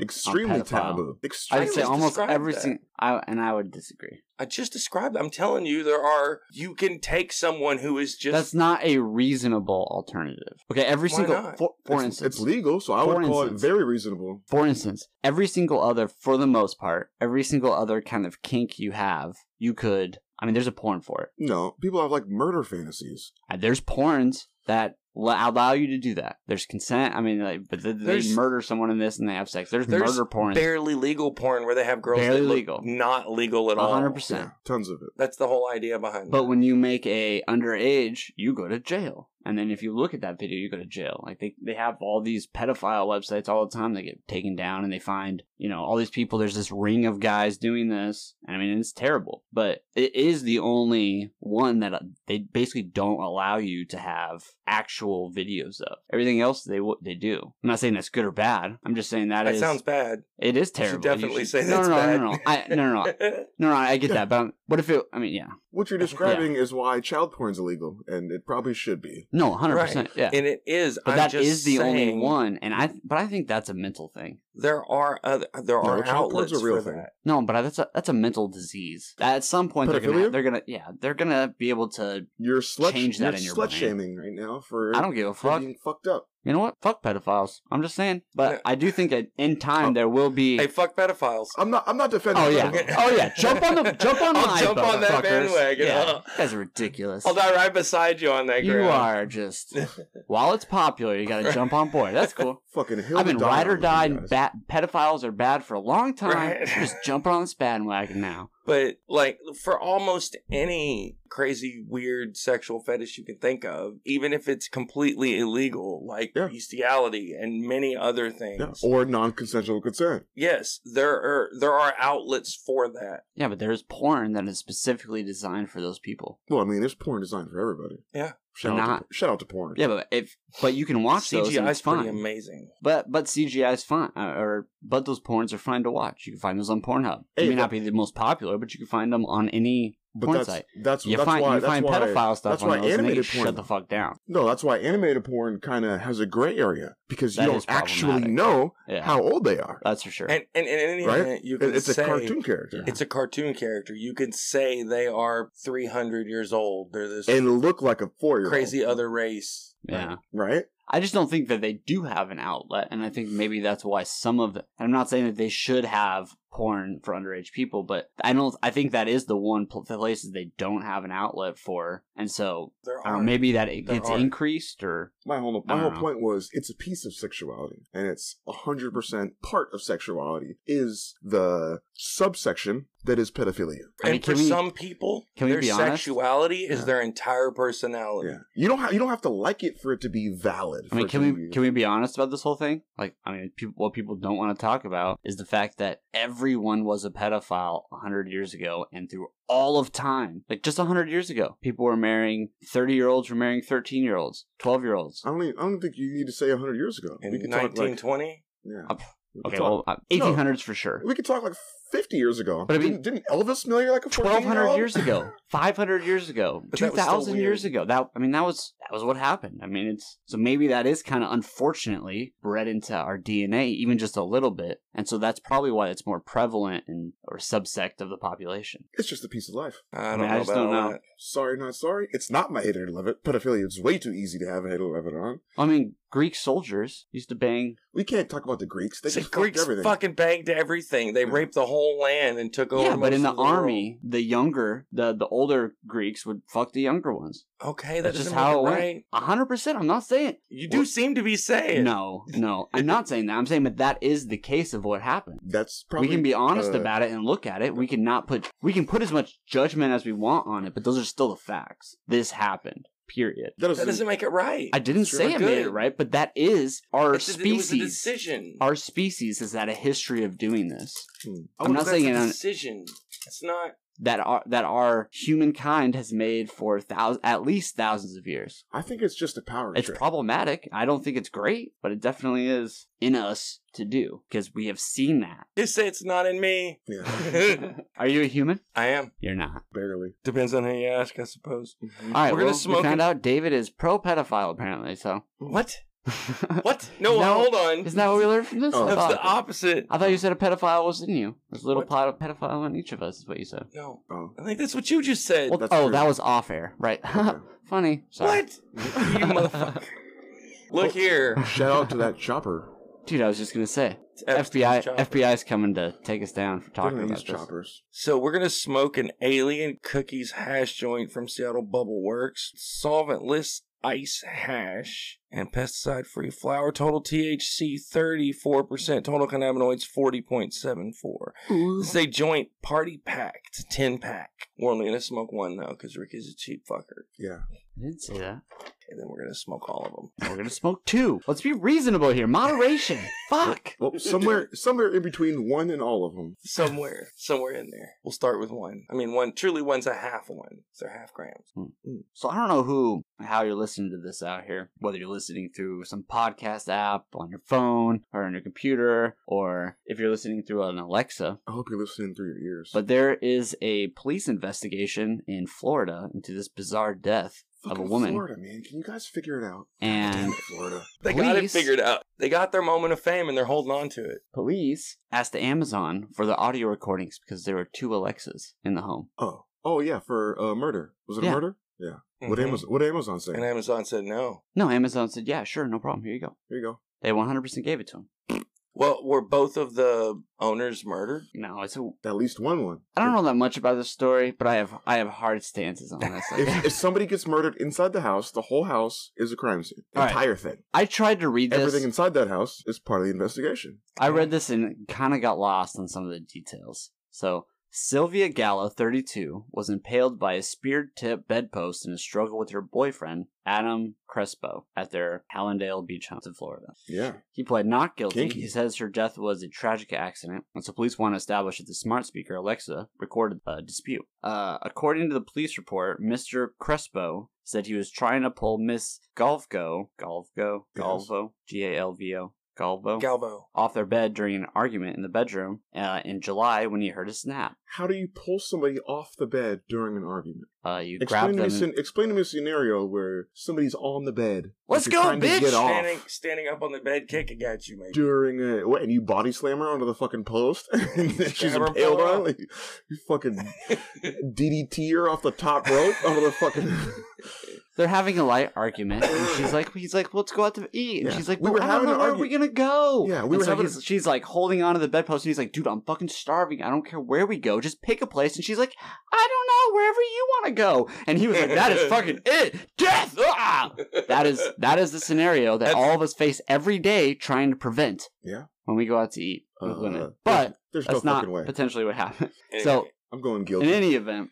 on Extremely pedophile. taboo. Extremely. I'd say just almost described every that. single. I and I would disagree. I just described. I'm telling you, there are. You can take someone who is just. That's not a reasonable alternative. Okay, every Why single not? for, for it's, instance, it's legal, so I For would call instance. it very reasonable. for instance, every single other, for the most part, every single other kind of kink you have, you could. I mean, there's a porn for it. No, people have like murder fantasies. Uh, There's porns that l- allow you to do that. There's consent. I mean, like, but th- they There's- murder someone in this and they have sex. There's, There's murder porn. barely legal porn where they have girls Barely that look legal. not legal at all. 100%. Yeah, tons of it. That's the whole idea behind. But that. when you make a underage, you go to jail. And then if you look at that video, you go to jail. Like they, they have all these pedophile websites all the time. They get taken down and they find, you know, all these people. There's this ring of guys doing this. And I mean, it's terrible. But it is the only one that uh, they basically don't allow you to have actual videos of. Everything else they w- they do. I'm not saying that's good or bad. I'm just saying that that is- sounds bad. it is should terrible. definitely say no, that's no, no, bad. no, no, I, no, no, no, no, no. I get Yeah. that. But um, what if it? I mean, yeah. What you're describing is why child porn's illegal, and it probably should be. No, hundred percent. Yeah, and it is. but I'm that just is the saying only one, and I. But I think that's a mental thing. There are other. There are child porn's outlets a real for thing. that. No, but I, that's a that's a mental disease. At some point, they're gonna Pedophilia? they're gonna yeah they're gonna be able to. You're slut. Change that you're in your slut brain. shaming right now for I don't give a for fuck. being fucked up. You know what? Fuck pedophiles. I'm just saying. But No. I do think that in time there will be. Oh. Hey, fuck pedophiles. I'm not. I'm not defending. oh yeah, pedophiles. oh yeah. Jump on the jump on I'll my jump on that motherfuckers. bandwagon. Yeah, I'll- you guys are ridiculous. I'll die right beside you on that. you ground. are just while it's popular, you got to jump on board. That's cool. Fucking hell. I've been ride or die. and Bat- pedophiles are bad for a long time. Right. Just jumping on this bandwagon now. But like for almost any crazy, weird sexual fetish you can think of, even if it's completely illegal, like Yeah. bestiality and many other things. Yeah, or non-consensual consent. yes, there are there are outlets for that. Yeah, but there's porn that is specifically designed for those people. Well, I mean, there's porn designed for everybody. Yeah. Shout out. To, Not- shout out to porn. Yeah, but if but you can watch those and CGI it's is pretty fine. amazing. But but CGI is fine, uh, or but those porns are fine to watch. You can find those on Pornhub. They Hey, may but- not be the most popular, but you can find them on any But porn that's site. that's You that's find why you that's find why, pedophile stuff that's on why those, and they animated get porn. shut the fuck down. No, that's why animated porn kind of has a gray area because That you don't is actually problematic. know Yeah, how old they are. that's for sure. And and, and in any Right? event, you It- can It's say a cartoon character it's a cartoon character. You can say they are three hundred years old. They're this and look like a four-year-old. crazy other race. yeah. right? I just don't think that they do have an outlet, and I think maybe that's why some of. The, I'm not saying that they should have porn for underage people, but I don't. I think that is the one pl- the places they don't have an outlet for, and so There I are don't know, Uh, maybe that it There gets are. increased or My whole I my don't whole know. point was it's a piece of sexuality, and it's hundred percent part of sexuality is the subsection that is pedophilia. I mean, and for can we- some people, can we their be honest? sexuality is Yeah. their entire personality. Yeah, you don't have you don't have to like it for it to be valid. I mean, for it to can we be- can we be honest about this whole thing? Like, I mean, people, what people don't want to talk about is the fact that everyone was a pedophile hundred years ago, and through all of time, like just hundred years ago, people were marrying thirty year olds, were marrying thirteen year olds, twelve year olds. I don't even, I don't think you need to say hundred years ago. In we could talk like 1920, yeah. Uh, We could Okay, talk- well, eighteen hundreds for sure. we could talk like fifty years ago. But I mean- didn't, didn't Elvis marry like a twelve 14 year hundred old? years ago, five hundred years ago, But two that was still thousand years weird. ago. That I mean, that was that was what happened. I mean, it's so maybe that is kind of unfortunately bred into our DNA, even just a little bit, and so that's probably why it's more prevalent in or subsect of the population. It's just a piece of life. I I don't mean, know I just about don't all know. that. Sorry, not sorry. It's not my hater to love it. Pedophilia is way too easy to have a hater to love it on. I mean, Greek soldiers used to bang. We can't talk about the Greeks. They the just fucked Greeks everything. fucking banged everything. They Yeah. raped the whole land and took over. yeah, but most in the, of world. army, the younger, the the older Greeks would fuck the younger ones. okay, That's that's just just how how it went. right. hundred percent. I'm not saying You do Well- seem to be saying no, no. I'm not saying that. I'm saying that that is the case of what happened. That's probably we can be honest uh, about it and look at it. We can not put we can put as much judgment as we want on it, but those are still the facts. This happened. Period. That that doesn't, doesn't make it right. I didn't Sure. say it made it Good. right, but that is our It's a- it was a species. decision. our species has had a history of doing this. Hmm. I'm not That's saying a it. On, decision. It's not. that are that our humankind has made for thousands, at least thousands of years. I think it's just a power It's trip. problematic. I don't think it's great, but it definitely is in us to do because we have seen that. Just say it's not in me. yeah, Are you a human? I am. You're not. barely. Depends on who you ask, I suppose. All right, We're we're gonna well, smoke we found it. out David is pro pedophile apparently. So What? What? No, No. hold on. isn't that what we learned from this? Oh. I, That's thought, the opposite. I thought you said a pedophile was in you. There's a little What? pot pedophile in each of us. Is what you said. No, Oh. I think that's what you just said. Well, That's oh, true. that was off air, right? Okay. Funny. Sorry. what? you motherfucker. Look here. Shout out to that chopper. Dude, I was just gonna say FBI. Epstein's chopper. FBI's coming to take us down for Look talking at about these this. choppers. So we're gonna smoke an alien cookies hash joint from Seattle Bubble Works, solventless ice hash, and pesticide free flower. Total THC thirty four percent. Total cannabinoids forty point seven four. This is a joint party packed ten pack. We're only gonna smoke one though, because Ricky's a cheap fucker, Yeah. I didn't say that. and then we're gonna smoke all of them. We're gonna smoke two. Let's be reasonable here. Moderation. Fuck. Well, somewhere, somewhere in between one and all of them. Somewhere, somewhere in there. We'll start with one. I mean, one truly one's a half one. So they're half grams. So I don't know who, how you're listening to this out here. Whether you're listening through some podcast app on your phone or on your computer, or if you're listening through an Alexa. I hope you're listening through your ears. But there is a police investigation in Florida into this bizarre death of a Fucking woman, Florida, man. Can you guys figure it out? Damn and it, Florida. They got it Police. figured out. They got their moment of fame, and they're holding on to it. police asked the Amazon for the audio recordings because there were two Alexas in the home. Oh, oh yeah, for uh, murder. Was it a Yeah. murder? Yeah. What Mhm. Amazon? What Amazon say? And Amazon said no. No, Amazon said, "Yeah, sure, no problem. Here you go." Here you go. They 100% gave it to him. Well, were both of the owners murdered? No, it's a At least one one. I don't know that much about this story, but I have I have hard stances on this. If, if somebody gets murdered inside the house, the whole house is a crime scene. All right. Entire thing. I tried to read this. Everything inside that house is part of the investigation. I read this and kind of got lost on some of the details. So, Sylvia Gallo, 32, was impaled by a spear tip bedpost in a struggle with her boyfriend, Adam Crespo, at their Hallandale Beach House in Florida. Yeah. He pled not guilty. Kinky. He says her death was a tragic accident, and so police want to establish if the smart speaker Alexa recorded the dispute. Uh, according to the police report, Mr. Crespo said he was trying to pull Miss Galvo, Galvo, Yes. Galvo, G A L V O, Galvo, Galvo. off their bed during an argument in the bedroom uh, in July when he heard a snap. How do you pull somebody off the bed during an argument? Uh, you Explain grab to, me, them. scen- explain to me a scenario where somebody's on the bed. Let's but you're go, trying to bitch! Get Standing, off standing up on the bed, kicking at you, mate. during a what? And you body slam her onto the fucking post, and then she's Grab her and impaled pull her on. up. Like, you fucking DDT her off the top rope onto the fucking. uh, They're having a light argument, and she's like, "He's like, let's go out to eat," and Yeah. she's like, We "But were I having don't know an where argu- we're gonna go." Yeah, we And were so having- he's- she's like holding onto the bedpost, and he's like, "Dude, I'm fucking starving. I don't care where we go. Just pick a place." And she's like, "I don't know. Wherever you want to go." And he was like, "That is fucking it. Death. Ah!" That is that is the scenario that That's- all of us face every day trying to prevent. Yeah. When we go out to eat with Uh, women, there's- but there's no that's not fucking way. potentially what happened. Anyway, So- I'm going In guilty. any event,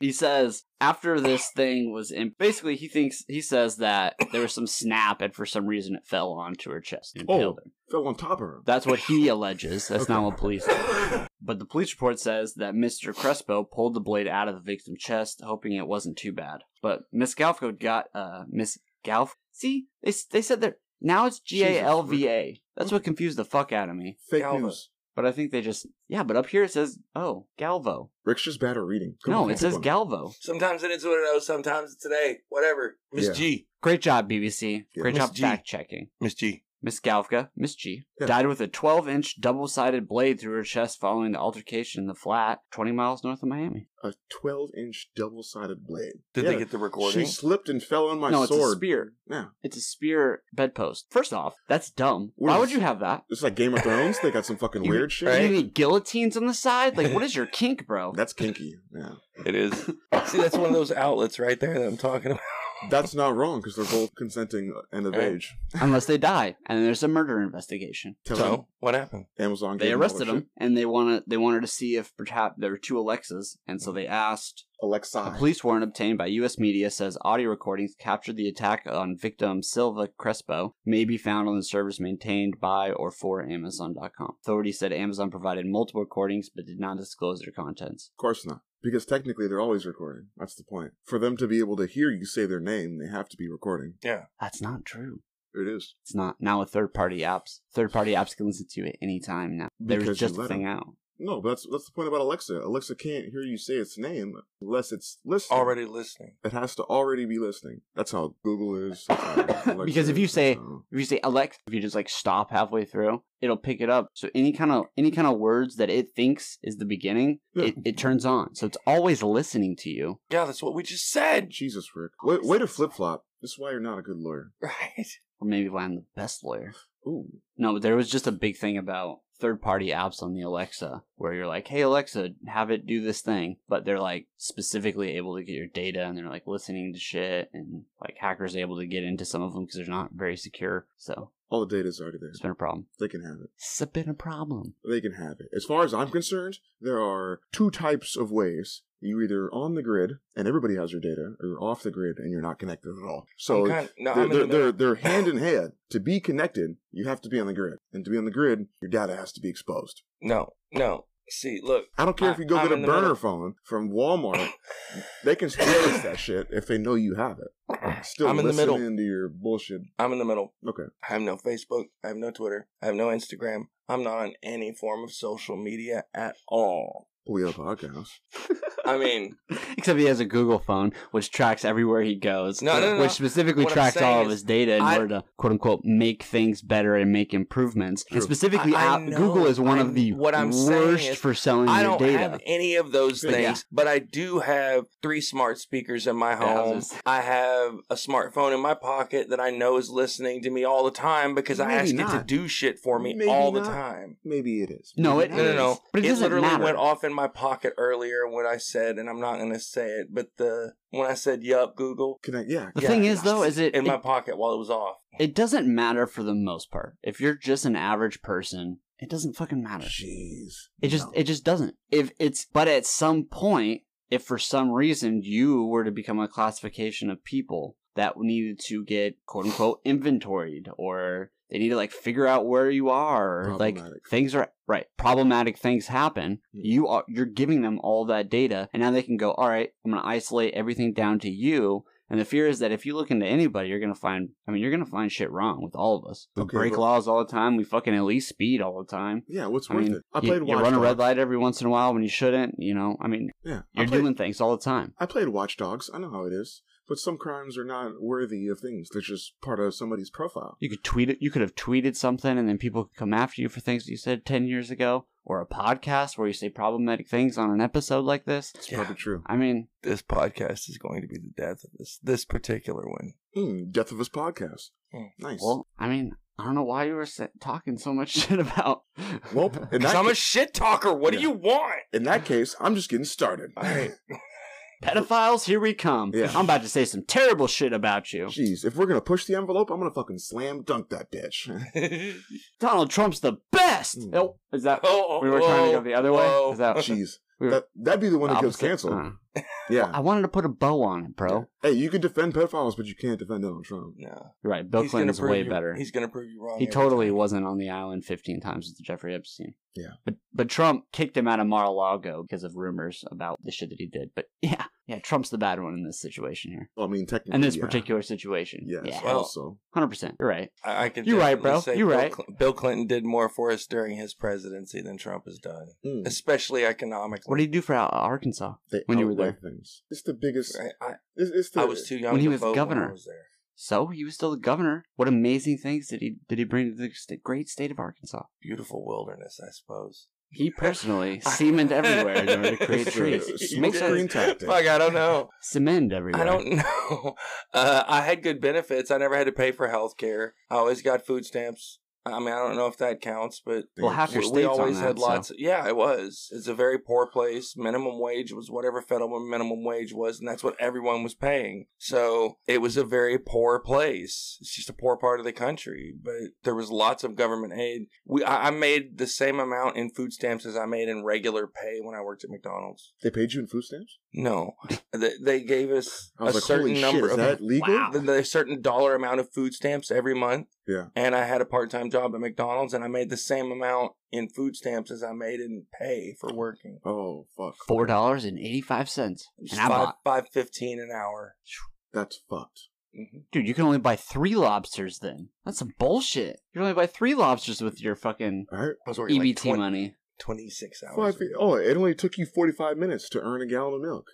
he says after this thing was in, basically he thinks he says that there was some snap and for some reason it fell onto her chest and Oh. killed her. Fell on top of her. That's what he alleges. That's not what police. But the police report says that Mr. Crespo pulled the blade out of the victim's chest, hoping it wasn't too bad. But Miss Galfco got uh Miss Galf. See, they s- they said that now it's G A L V A. That's what confused the fuck out of me. Fake Galva. news. But I think they just yeah. But up here it says oh Galvo. Rick's just bad at reading. Come No, on, it says come on. Galvo. sometimes it is what it is. Sometimes it's today. Whatever. Miss Yeah. G. Great job, BBC. Yeah. Great Miss job G. fact checking. Miss G. Miss Galvka, Miss G, Yeah. died with a 12 inch double sided blade through her chest following the altercation in the flat 20 miles north of Miami. a 12 inch double sided blade. Did Yeah. they get the recording? She slipped and fell on my no, it's a sword. spear. yeah. It's a spear bedpost. First off, that's dumb. What Why is- would you have that? It's like Game of Thrones. they got some fucking You- weird shit. Right? You need guillotines on the side? Like, what is your kink, bro? That's kinky. Yeah. It is. See, that's one of those outlets right there that I'm talking about. That's not wrong because they're both consenting and of Right. age. Unless they die, and there's a murder investigation. Tell So, what happened? them Amazon. They gave them all arrested that him, shit. and they wanted they wanted to see if perhaps there were two Alexas, and so they asked A Alexa. police warrant obtained by U.S. media says audio recordings captured the attack on victim Silva Crespo may be found on the servers maintained by or for Amazon.com. Authorities said Amazon provided multiple recordings but did not disclose their contents. Of course not. Because technically they're always recording. That's the point. For them to be able to hear you say their name, they have to be recording. That's not true. It is. It's not now with third party apps. Third party apps can listen to you at any time now. There was Because you just a let thing out. No, but that's that's the point about Alexa. Alexa can't hear you say its name unless it's listening. Already listening. It has to already be listening. That's how Google is. that's how Alexa Because if you is, say- that's how- If you say Alexa, if you just like stop halfway through, it'll pick it up. So any kind of any kind of words that it thinks is the beginning, Yeah. it, it turns on. So it's always listening to you. Yeah, that's what we just said. Jesus, Rick, way, way to flip flop. This is why you're not a good lawyer. Right. Or maybe why I'm the best lawyer. Ooh, No, but there was just a big thing about third party apps on the Alexa where you're like, hey, Alexa, have it do this thing. But they're like specifically able to get your data and they're like listening to shit and like hackers are able to get into some of them because they're not very secure. So all the data's already there. it's been a problem. They can have it. It's been a problem. They can have it. As far as I'm concerned, there are two types of ways. You either on the grid and everybody has your data, or you're off the grid and you're not connected at all. So I'm kind of- no, they're, I'm in they're, the middle. they're, they're hand in hand. To be connected, you have to be on the grid. And to be on the grid, your data has to be exposed. No, no. See, look. I don't care I- if you go I'm get a in the burner middle. phone from Walmart. They can still use that shit if they know you have it. Still I'm in the listening middle. to your bullshit. I'm in the middle. Okay. I have no Facebook. I have no Twitter. I have no Instagram. I'm not on any form of social media at all. We have a podcast. I mean, Except he has a Google phone, which tracks everywhere he goes, No, no, no, which no. specifically What I'm tracks all saying of is his data in I- order to quote unquote make things better and make improvements. True. And specifically, I- I app- know, Google is one I- of the what I'm saying worst is for selling I your don't data. have any of those Yeah. things, but I do have three smart speakers in my Yeah, I was home. just- I have a smartphone in my pocket that I know is listening to me all the time because I Maybe asked it to not. do shit for me Maybe all the not. time. Maybe it is. No, Maybe it No, no, is. no. But it doesn't literally matter. went off in my pocket earlier when I said, and I'm not going to say it, but the when I said, yup, Google, Can I? Yeah. The Yeah, thing is, yeah. though, is it in my it, pocket while it was off. it doesn't matter for the most part. If you're just an average person, it doesn't fucking matter. Jeez. It just No. it just doesn't. If it's but at some point, if for some reason you were to become a classification of people that needed to get quote unquote inventoried or they need to like figure out where you are or like Problematic. things are right problematic things happen Hmm. you are you're giving them all that data and now they can go all right i'm going to isolate everything down to you and the fear is that if you look into anybody you're going to find i mean you're going to find shit wrong with all of us we Okay, break but- laws all the time we fucking at least speed all the time Yeah, what's I worth mean, it? I you- played you, Watch run a red Dogs. light every once in a while when you shouldn't. You know, I mean, Yeah, you're I played, doing things all the time. I played Watch Dogs. I know how it is. But some crimes are not worthy of things. They're just part of somebody's profile. You could tweet it. You could have tweeted something, and then people could come after you for things that you said ten years ago, or a podcast where you say problematic things on an episode like this. It's Yeah. probably true. I mean, This podcast is going to be the death of this this particular one. Mm, death of Us podcast. Mm. Nice. Well, well, I mean, I don't know why you were sa- talking so much shit about. in, Because that I'm a ca- shit talker. What Yeah. do you want? in that case, I'm just getting started. All right. pedophiles, here we come. Yeah. I'm about to say some terrible shit about you. Jeez, if we're gonna push the envelope, I'm gonna fucking slam dunk that bitch. Donald Trump's the best. Mm. Oh, is that oh, we were trying to go the other way? Is that Jeez, we were that that'd be the one that gets opposite? canceled. Uh, yeah. I wanted to put a bow on it, bro. Hey, you can defend pedophiles, but you can't defend Donald Trump. no. You're right. Bill He's gonna Clinton's prove way you- better. He's going to prove you wrong. He every totally time. wasn't on the island 15 times with Jeffrey Epstein. Yeah. But but Trump kicked him out of Mar-a-Lago because of rumors about the shit that he did. But yeah, yeah, Trump's the bad one in this situation here. Well, I mean, technically, In this yeah. particular situation. Yes. Yeah. Well- Also, 100%. You're right. I, I can. You're right, definitely bro. say You're Bill right. Cl- Bill Clinton did more for us during his presidency than Trump has done, Hmm. Mm, especially economically. What did he do for Al- Arkansas? they when you were outweigh things. It's the biggest. I, It's, it's the, I was too young When he to was vote governor. I was there. So, he was still the governor. What amazing things did he did he bring to the st- great state of Arkansas? Beautiful wilderness, I suppose. He personally cemented everywhere in order to create It's a trees. smoke Makes screen sense. tactic. Fuck, I don't know. Cement everywhere. I don't know. Uh, I had good benefits. I never had to pay for health care. I always got food stamps. I mean, I don't know if that counts, but Well, half your we- state's we always on that, had lots. So. Of, yeah, it was. It's a very poor place. Minimum wage was whatever federal minimum wage was, and that's what everyone was paying. So it was a very poor place. It's just a poor part of the country, but there was lots of government aid. We I, I made the same amount in food stamps as I made in regular pay when I worked at McDonald's. They paid you in food stamps? No, Th- They gave us I was a like, certain holy number shit, is of that legal? Wow. th- there's a certain dollar amount of food stamps every month. Yeah. And I had a part time job at McDonald's and I made the same amount in food stamps as I made in pay for working. Oh fuck, Four dollars and eighty five cents, and I Five bought. five fifteen an hour. that's fucked. hmm Dude, you can only buy three lobsters then. That's some bullshit. You can only buy three lobsters with your fucking All right, I was working like EBT 20 E money. twenty six hours. five. Feet. Oh, it only took you forty five minutes to earn a gallon of milk.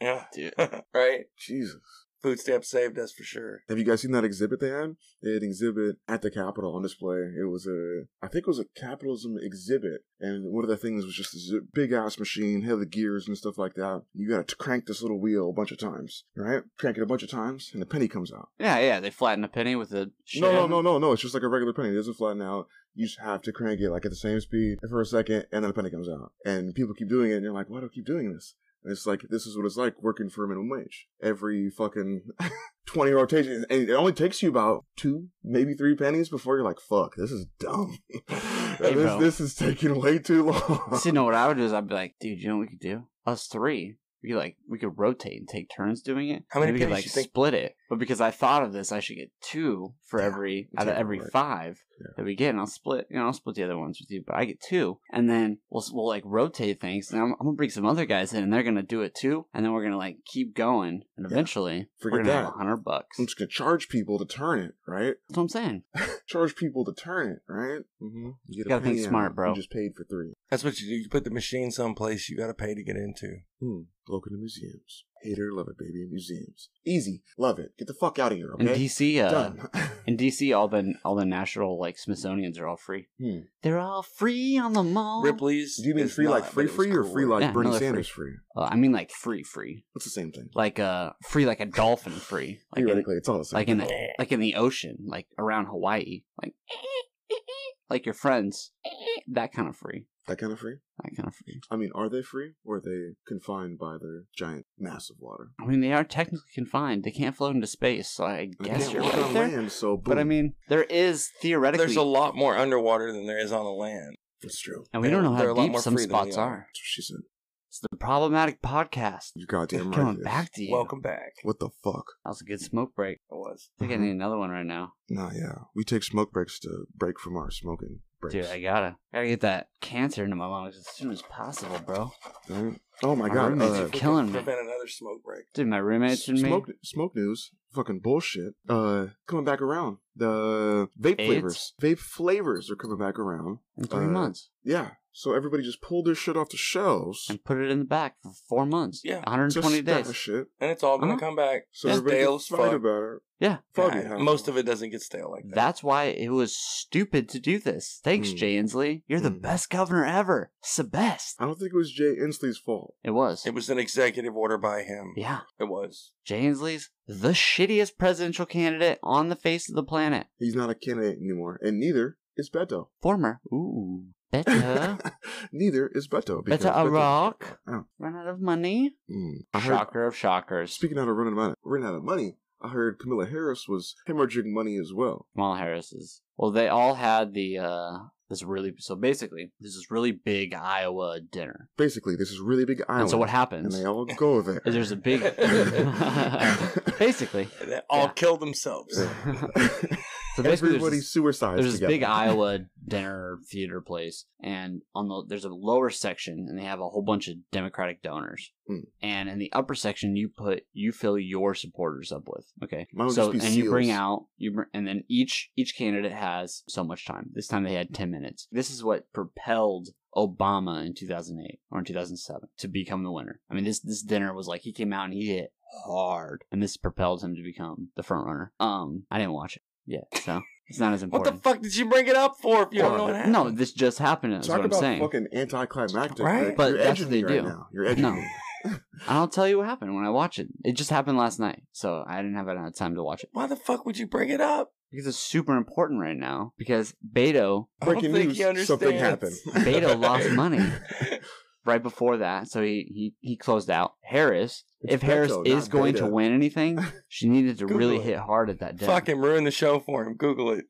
Yeah. Dude. right. Jesus. Food stamps saved us for sure. Have you guys seen that exhibit they had? They had an exhibit at the Capitol on display. It was a, I think it was a capitalism exhibit. And one of the things was just this big ass machine, had the gears and stuff like that. You gotta t- crank this little wheel a bunch of times, right? Crank it a bunch of times, and a penny comes out. Yeah, yeah. They flatten a penny with a shit. No, no, no, no, no. It's just like a regular penny. It doesn't flatten out. You just have to crank it like at the same speed for a second, and then a penny comes out. And people keep doing it, and you're like, why do I keep doing this? And it's like, this is what it's like working for a minimum wage. Every fucking 20 rotations. And it only takes you about two, maybe three pennies before you're like, fuck, this is dumb. this, bro. this is taking way too long. See, no, what I would do is I'd be like, dude, you know what we could do? Us three. We could like we could rotate and take turns doing it. How many Maybe we could pennies like you think- split it. But because I thought of this, I should get two for Yeah, every it's out of not every right. five Yeah. that we get, and I'll split. You know, I'll split the other ones with you, but I get two, and then we'll we'll like rotate things. And I'm, I'm gonna bring some other guys in, and they're gonna do it too, and then we're gonna like keep going, and Yeah. eventually we're Forget gonna have that. a hundred bucks. I'm just going to charge people to turn it, right? That's what I'm saying. charge people to turn it, right? Mm-hmm. You get a Gotta think penny out. smart, bro. You just paid for three. That's what you do. You put the machine someplace you got to pay to get into. Hmm. Welcome to museums. Hate it or love it, baby. Museums. Easy. Love it. Get the fuck out of here, In okay? DC, uh, Done. in DC, all the all the national like Smithsonian's are all free. Hmm. They're all free on the mall. Ripley's. Do you mean is free like not, free but it was free or cool. free like Yeah, Bernie no, they're Sanders free. Uh, I mean, like free, free, It's the same thing. like uh, free like a dolphin free, like in, Theoretically, it's all the same. like thing. in the like in the ocean, like around Hawaii, like like your friends, that kind of free, that kind of free. that kind of free. I mean, are they free or are they confined by their giant mass of water? I mean, they are technically confined; they can't float into space, so I They guess can't you're walk right on there. land, so boom. But I mean, there is theoretically, There's a lot more underwater than there is on the land. it's true. and we there- don't know there are a how lot deep more some free than we spots are. are. That's what she said. It's the problematic podcast. You're goddamn It's right. coming it is. back to you. Welcome back. What the fuck? That was a good smoke break. It was. I think I need another one right now, Nah, yeah. We take smoke breaks to break from our smoking breaks. dude. I gotta, gotta get that cancer into my lungs as soon as possible, bro. Right? Oh my, My god. roommates uh, are killing me. Prevent another smoke break. Dude, my roommates and me. smoke, smoke news, fucking bullshit. Uh, coming back around. The vape AIDS? flavors, vape flavors are coming back around. in three Uh, months Yeah, so everybody just pulled their shit off the shelves. and put it in the back for four months. Yeah, 120 Just that days. Shit. And it's all going to Uh-huh. come back. So It's everybody stale can as fight fuck. about it. Yeah, Fuck Yeah, it. most of it doesn't get stale like that. that's why it was stupid to do this. Thanks, Mm. Jay Inslee. You're the Mm. best governor ever. It's the best. I don't think it was Jay Inslee's fault. It was. It was an executive order by him. yeah, It was. Jay Inslee's the shittiest presidential candidate on the face of the planet. He's not a candidate anymore, and neither is Beto. Former. Ooh. Better. neither is Beto. because Better a Beto- rock. Oh. Run out of money. Mm. I heard, Shocker of shockers. speaking out of running out of, running out of money, I heard Camilla Harris was hemorrhaging money as well. Kamala Harris's. Well, they all had the uh this really so basically this is really big Iowa dinner. Basically, this is really big island. And so what and happens? they all go there. is there's a big basically And they all Yeah. kill themselves. so basically there's Everybody this, suicides. there's this together. big iowa dinner theater place and on the there's a lower section and they have a whole bunch of democratic donors Mm. and in the upper section you put you fill your supporters up with okay Mine would so just be and you bring seals. out you br- and then each each candidate has so much time this time they had 10 minutes this is what propelled obama in 2008 or in 2007 to become the winner i mean this this dinner was like he came out and he hit hard and this propelled him to become the front runner um i didn't watch it yet so it's not as What important the fuck did you bring it up for if you don't know what happened? no this just happened is Talk what i'm about saying fucking anticlimactic. Right? Nick. But You're that's edging what they me right do. Now. You're edging No. me. and i'll tell you what happened when i watch it it just happened last night so i didn't have enough time to watch it Why the fuck would you bring it up? because it's super important right now because beto Breaking I don't think he news, something understands. happened. Beto lost money. right before that, so he he, he closed out. Harris, It's if Harris Beto, is not going to Beto. win anything, she needed to Google really it. hit hard at that day. Fucking ruin the show for him. Google it.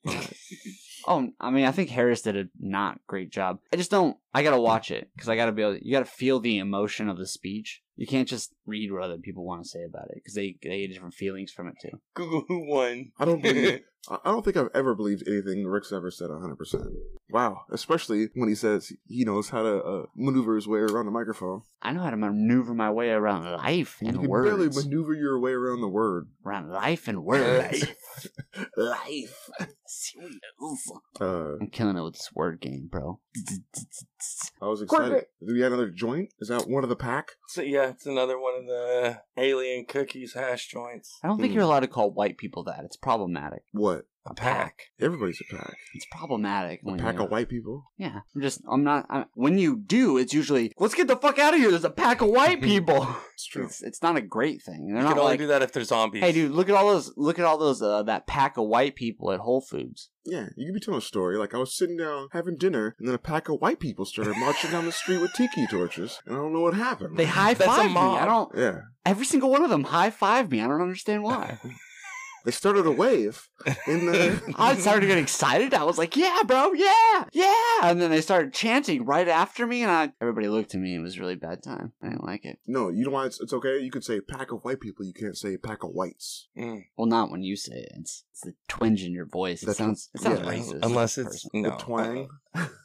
Oh, I mean, I think Harris did a not great job. I just don't. I gotta watch it because I gotta be able. You gotta feel the emotion of the speech. You can't just read what other people want to say about it because they they get different feelings from it too. Google who won. I don't believe I I don't think I've ever believed anything Rick's ever said 100%. Wow. Especially when he says he knows how to uh, maneuver his way around the microphone. I know how to maneuver my way around life and you can barely words. maneuver your way around the word. around life and words. Life. Serious. Uh, I'm killing it with this word game, bro. I was excited. Do we have another joint? Is that one of the pack? So yeah, it's another one of the alien cookies hash joints. I don't Hmm. think you're allowed to call white people that. It's problematic. What? A pack. Everybody's a pack. It's problematic. A when pack you're- of white people? Yeah, I'm just, I'm not. i when you do, it's usually, let's get the fuck out of here. There's a pack of white people. It's it's, it's not a great thing. They're You can not only like, do that if they're zombies. hey, dude, look at all those, look at all those, uh, that pack of white people at Whole Foods. Yeah, you could be telling a story. Like, I was sitting down having dinner, and then a pack of white people started marching down the street with tiki torches, and I don't know what happened. They high That's a five me. I mob. don't. yeah. Every single one of them high five me. I don't understand why. They started a wave in the. I started getting excited. I was like, "Yeah, bro, yeah, yeah!" And then they started chanting right after me, and I everybody looked at me. It was a really bad time. I didn't like it. No, you know why it's, it's okay? You could say pack of white people, you can't say pack of whites. Mm. Well, not when you say it. It's, it's the twinge in your voice. It That's- sounds it sounds yeah. racist. Unless it's Person. no, Uh-uh. The twang.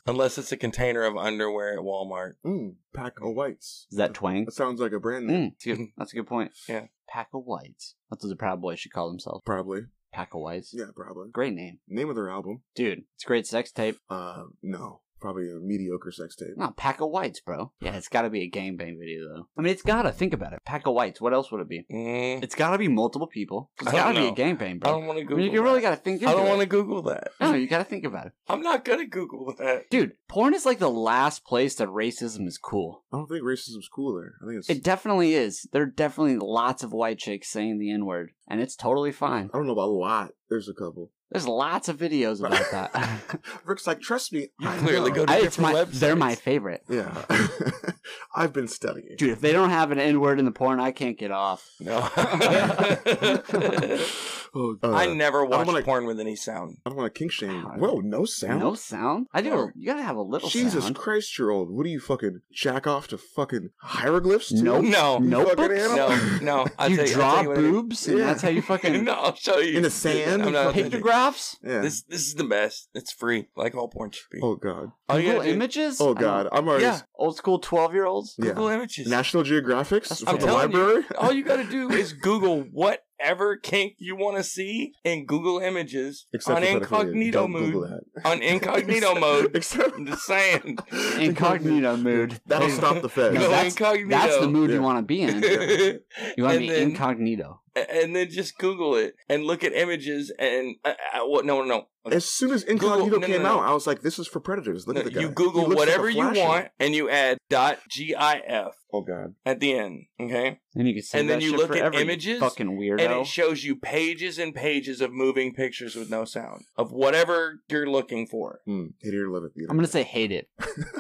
Unless it's a container of underwear at Walmart. Mm, pack of whites. is that twang? That sounds like a brand name, Mm, that's, good. that's a good point. Yeah. pack of whites. That's what the Proud Boys should call themselves. probably. Pack of whites. Yeah, probably. Great name, Name of their album? dude. It's a great sex tape. Uh, no, probably a mediocre sex tape. Not pack of whites, bro. Yeah, it's got to be a gangbang video though. I mean, it's gotta think about it. Pack of whites. What else would it be? Mm. It's gotta be multiple people. It's I don't gotta be a know. gangbang, I bro. don't want to I Google. mean, you really that. got to think. I don't into want to it. Google that. No, you got to think about it, I'm not gonna Google that. dude. Porn is like the last place that racism is cool. I don't think racism's cool there. I think it's. It definitely is. There are definitely lots of white chicks saying the N word, and it's totally fine. I don't know about a lot. There's a couple. There's lots of videos about that. Rick's like, trust me. You I clearly know." go to I- it's different my, websites. they're my favorite, Yeah. I've been studying. dude. If they don't have an N word in the porn, I can't get off. No. Oh, uh, I I never watched wanna- porn with any sound. don't want to kink shame. God. Whoa, no sound? No sound. I do. No. You gotta have a little Jesus sound. Christ, you're old. What do you fucking jack off to fucking hieroglyphs? dude? Nope. No. You Notebooks? fucking animal. No, no. I'll you tell I'll draw tell what it is. boobs, and Yeah. that's how you fucking no, I'll show you In the sand? I'm not- pictographs. Yeah. This this is the best. It's free, like all porn should be. Oh god. All you Google gotta do- images. I Oh don't- god. I'm already. Yeah. Old school twelve year olds. Yeah. Google images. National Geographics That's from what the I'm telling you. library. all you got to do is Google whatever kink you want to see in Google Images on for pedophilia. incognito Don't Google mode. that. On incognito mode. Except I'm just saying. Incognito mood. That'll stop the Fed. No, Go that's- incognito. That's the mood Yeah. you want to be in. You want to And be then- incognito. and then just Google it and look at images and uh, uh, what? No, no, no. Okay. As soon as Incognito Google- no, no, came no. out, I was like, "This is for predators." Look No, at the guy. you He Google looks like a whatever you flasher. want and you add .gif Oh god. at the end. Okay, And you can say And then that you shit look for at every images, Fucking weirdo. and it shows you pages and pages of moving pictures with no sound of whatever you're looking for. Hmm. Hate it or love it. you know. I'm gonna say hate it.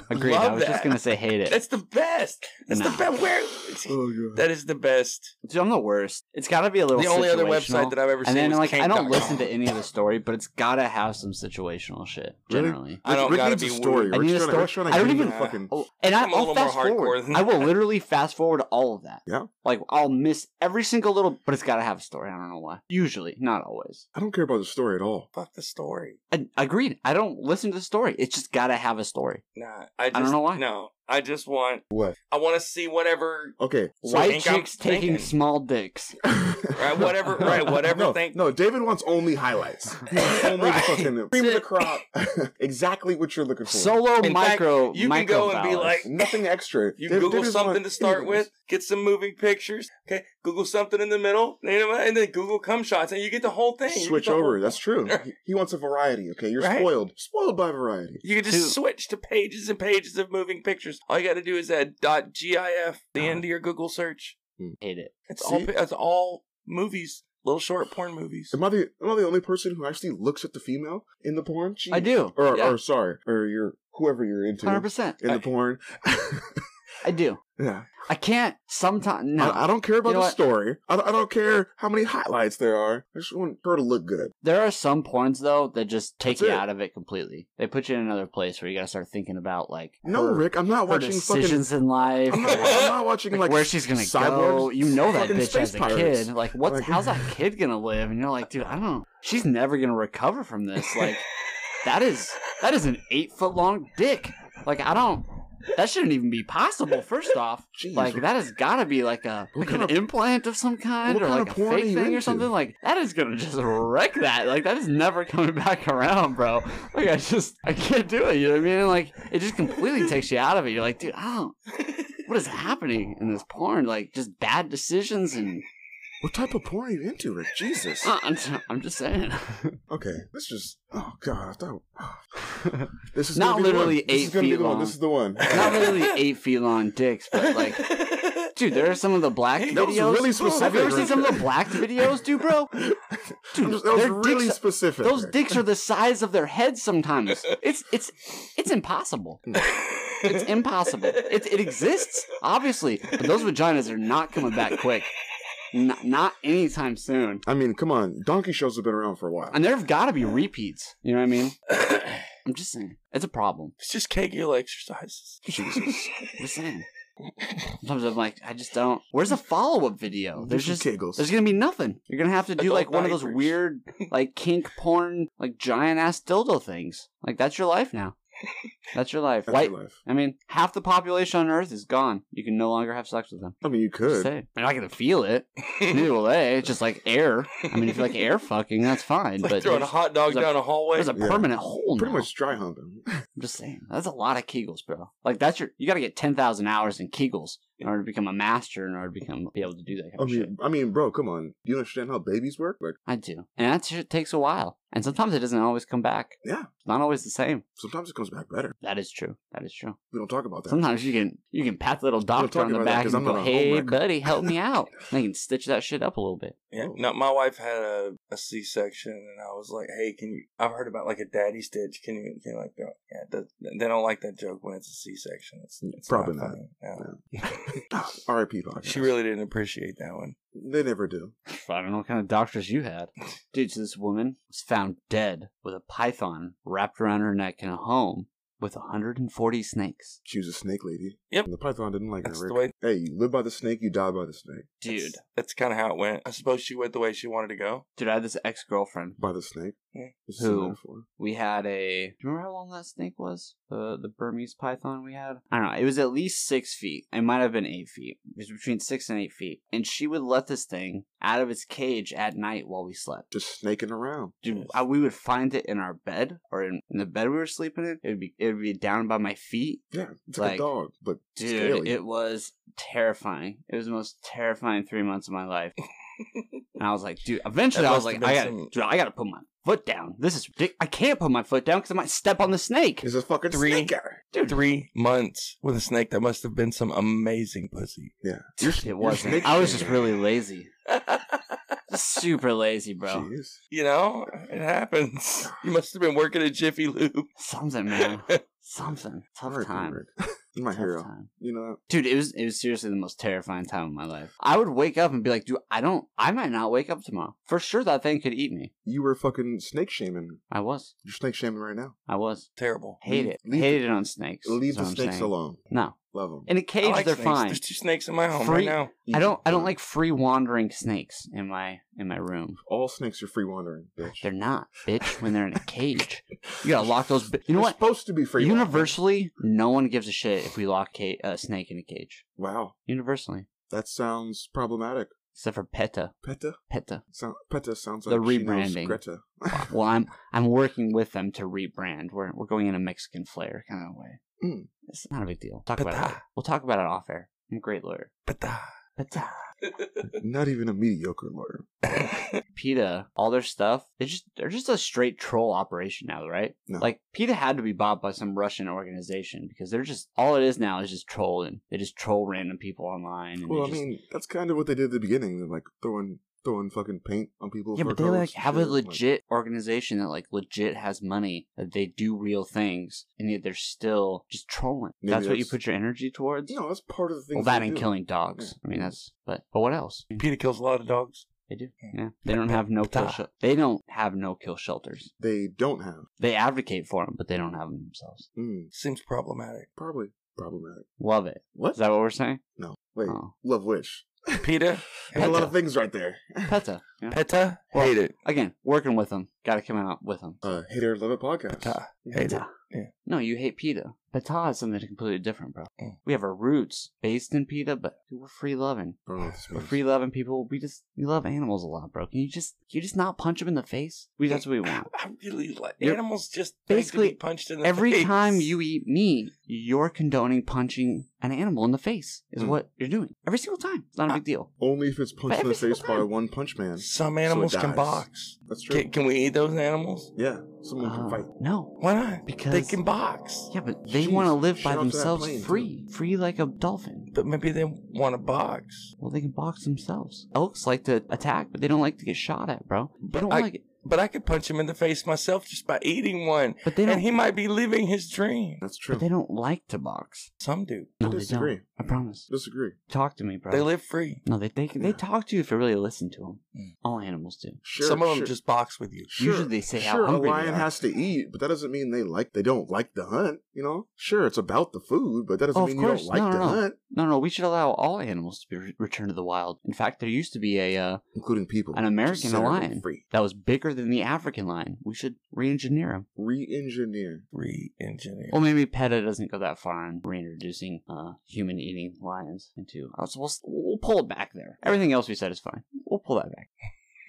Agreed. I Love was just that. gonna say hate it. That's the best. That's Nah. the best. Where? Oh god. That is the best. Dude, I'm the worst. It's gotta be a little. The only other situational. website that I've ever And seen. then was like I don't kink.com. listen to any of the story, but it's gotta have some situational shit. Really? Generally. I don't Rick gotta needs a be story. worried. I Rick's need a trying to- story. Rick's trying to I don't give you even- the fucking. Oh, and I, I'm a I'll little more fast forward. hardcore than I will literally fast forward all of that. Yeah. Like I'll miss every single little, but it's got to have a story. I don't know why. Usually, not always. I don't care about the story at all. Fuck the story. I, agreed. I don't listen to the story. It's just got to have a story. Nah, I, just, don't know why. No, I just want. What? I want to see whatever. Okay. So I White think I'm chicks taking thinking. small dicks. right. Right, whatever. Right, whatever. No, thing. no, David wants only highlights. He wants only Right. the fucking cream of the crop. exactly what you're looking for. Solo In fact, micro. you can micro go and be balance. like- nothing extra. You Dav- Google David something to wants start with, anything. get some moving pictures. Okay, Google something in the middle, you know, and then Google cum shots, and you get the whole thing. You get Switch the whole- over. That's true. He- He wants a variety. Okay, you're Right? spoiled. Spoiled by variety. You can Dude. just switch to pages and pages of moving pictures. All you got to do is add .gif Oh. the end of your Google search. hate it. It's See? all. pi- It's all movies, little short porn movies. Am I the am I the only person who actually looks at the female in the porn? I Jeez. do. Or, Yeah. or sorry, or you're whoever you're into Hundred percent. in the I- porn. I do. Yeah. I can't. Sometimes no. I, I don't care about You know the what? story. I, I don't care how many highlights there are. I just want her to look good. There are some porns though that just take That's you it. out of it completely. They put you in another place where you gotta start thinking about like No, her, Rick, I'm not her watching fucking. decisions in life. I'm not, or, I'm not watching like, like where she's gonna go. cyborgs, You know that fucking bitch space has a pirates. kid. Like what's Like- how's that kid gonna live? And you're like, dude, I don't know. She's never gonna recover from this. Like that is that is an eight foot long dick. Like I don't that shouldn't even be possible, first off. Jeez, Like that has got to be like a What like an kind of- implant of some kind what or kind like of a porn are fake you thing into? or something. Like that is gonna just wreck that. Like that is never coming back around, bro. Like I just I can't do it. You know what I mean? Like it just completely takes you out of it. You're like, dude, I don't. What is happening in this porn? Like just bad decisions and What type of porn are you into, Rick? Jesus. uh, I'm, I'm just saying. Okay, this just. Oh God, I thought. this is Not gonna be the literally one. This is eight gonna be feet the one. long. This is the one. Not really eight feet long dicks, but like. Dude, there are some of the black That videos. was really specific. Have you ever seen Rick. some of the black videos, dude, bro? Dude, I'm just- that was their really dicks- specific. Those Rick. dicks are the size of their heads sometimes. It's it's it's impossible. It's impossible. It it exists, obviously, but those vaginas are not coming back quick. Not, not anytime soon. I mean, come on. Donkey shows have been around for a while. And there've got to be repeats. You know what I mean? I'm just saying, it's a problem. It's just Kegel exercises. Jesus. I'm just saying. Sometimes I'm like, I just don't. Where's a follow up video? There's just giggles. There's gonna be nothing. You're gonna have to do Adult like one of those diapers. weird, like kink porn, like giant ass dildo things. Like that's your life now. That's your life. That's White. your life. I mean, half the population on Earth is gone. You can no longer have sex with them. I mean, you Just could. saying. You're not gonna feel it. Neither will they. It's just like air. I mean, if you like air fucking, that's fine. It's like but throwing a there's, hot dog there's a- down a, hallway. there's a Yeah. permanent hole. Pretty now. much dry humping. I'm just saying. That's a lot of Kegels, bro. Like that's your. You gotta get ten thousand hours in Kegels in order to become a master. In order to become be able to do that kind I of shit. mean, I mean, bro, come on. Do you understand how babies work? Like, I do. And that shit takes a while. And sometimes it doesn't always come back. Yeah. It's not always the same. sometimes it comes back better. That is true. That is true. We don't talk about that. Sometimes you can you can pat the little doctor talk on the about that back 'cause and I'm go, not a Hey homewrecker." buddy, help me out. And they can stitch that shit up a little bit. Yeah. No, my wife had a, a C section, and I was like, "Hey, can you?" I've heard about like a daddy stitch. Can you? Can you like go? Yeah, it does- they don't like that joke when it's a C section. It's, Mm, it's Probably not. funny. Yeah. Ah, R.I.P. podcast. She really didn't appreciate that one. They never do. I don't know what kind of doctors you had. Dude, so this woman was found dead with a python wrapped around her neck in a home with 140 snakes. She was a snake lady. Yep. And the python didn't like That's her. the Rick. Hey, you live by the snake, you die by the snake. Dude. That's, kind of how it went. I suppose she went the way she wanted to go. Dude, I had this ex girlfriend By the snake. Yeah. This is a Who? metaphor. we had a. Do you remember how long that snake was? The the Burmese python we had. I don't know. It was at least six feet. It might have been eight feet. It was between six and eight feet. And she would let this thing out of its cage at night while we slept. Just snaking around. Dude, I, we would find it in our bed or in, in the bed we were sleeping in. It would be it would be down by my feet. Yeah, it's like, Like, a dog, but Dude, scaly. it was terrifying. It was the most terrifying three months of my life. and I was like, dude, eventually That I was must like, have been I gotta, some- dude, I gotta put my foot down. This is ridiculous. I can't put my foot down because I might step on the snake. It's a fucking Three. snake guy. Three months with a snake. That must have been some amazing pussy. It wasn't. snake I was shame. just really lazy. Just super lazy, bro. Jeez. you know, it happens. You must have been working at Jiffy Lube. Something, man. Something. Tough R.I.P. time. Rick. You're My Tough hero. time. You know, Dude, it was it was seriously the most terrifying time of my life. I would wake up and be like, dude, I don't I might not wake up tomorrow. For sure that thing could eat me. you were fucking snake shaming. I was. You're snake shaming right now. I was. Terrible. Hate Leave- it. leave Hated it on snakes. Leave is the what I'm snakes saying. alone. No. Love them. In a cage I like they're snakes. fine. There's two snakes in my home Free- right now. I don't I don't like free wandering snakes in my in my room. All snakes are free wandering, bitch. They're not, bitch, when they're in a cage. You gotta lock those bi- you know They're what? supposed to be free. wandering. Universally, no one gives a shit if we lock ca- a snake in a cage. Wow, Universally, that sounds problematic. except for PETA. Peta, PETA. Sound, Peta sounds The like she knows rebranding. Greta. Well, I'm I'm working with them to rebrand. We're we're going in a Mexican flair kind of way. Mm. It's not a big deal. Talk about it. PETA. later. We'll talk about it off air. I'm a great lawyer. PETA. PETA. Not even a mediocre lawyer. PETA. All their stuff. They just they're just a straight troll operation now, right? No. Like PETA had to be bought by some Russian organization because they're just all it is now is just trolling. They just troll random people online. And Well, they I just- mean, that's kind of what they did at the beginning. They're like throwing throwing fucking paint on people. Yeah, for but they colors like and have a shit, like- legit organization that like legit has money that they do real things, and yet they're still just trolling. Maybe that's, what you that's- put your energy towards. no, that's part of the thing. well, that and killing dogs. I mean, that's but but what else? PETA kills a lot of dogs. They do. Yeah. Yeah, they don't have no kill. Ta. Sh- they don't have no kill shelters. They don't have. They advocate for them, but they don't have them themselves. Mm, Seems problematic. probably problematic. Love it. What? Is that what we're saying? no, wait. Oh. Love which? PETA, There's a lot Penta. of things right there. PETA. Yeah. PETA, Well, hate it. Again, working with them. Got to come out with them. Uh, Hater Love It podcast. PETA, hate it. PETA. Yeah. No, you hate PETA. PETA is something completely different, bro. Mm. We have our roots based in PETA, but we're free loving. I don't know what this We're means. free loving people. We just we love animals a lot, bro. Can you just can you just not punch them in the face? We that's what we I, want. I really like You're- animals. Just basically, basically punched in the Every face. time you eat meat, you're condoning punching an animal in the face. Is Mm. Ah. what you're doing every single time. It's not a big deal. Only if it's punched in every the face single by time. one punch man. some animals So it can dies. box. That's true. Can, can we eat those animals? yeah, someone can Uh, fight. no, Why not? Because- they can box. yeah, but they Jeez, want to live by shout out to that themselves, plane, free, free like a dolphin. But maybe they want to box. Well, they can box themselves. Elks like to attack, but they don't like to get shot at, bro. They But don't I- like it. But I could punch him in the face myself just by eating one, But they don't. and he might be living his dream. That's true. but they don't like to box. Some do. No, I they disagree. don't. I promise. Disagree. Talk to me, bro. They live free. no, they they, they Yeah. talk to you if you really listen to them. Mm. All animals do. Sure, Some of them sure, just box with you. sure, usually they say how sure, hungry a they lion are. has to eat, but that doesn't mean they like they don't like the hunt. You know, sure, it's about the food, but that doesn't Oh, of mean you don't course. like No, the no, no. hunt, No, no, we should allow all animals to be re- returned to the wild. In fact, there used to be a uh, including people. an American Just set everyone lion free, that was bigger than the African lion. We should re-engineer him. re-engineer. Re-engineer. Well, maybe PETA doesn't go that far in reintroducing uh, human-eating lions into. Uh, so we'll, we'll pull it back there. Everything else we said is fine. We'll pull that back.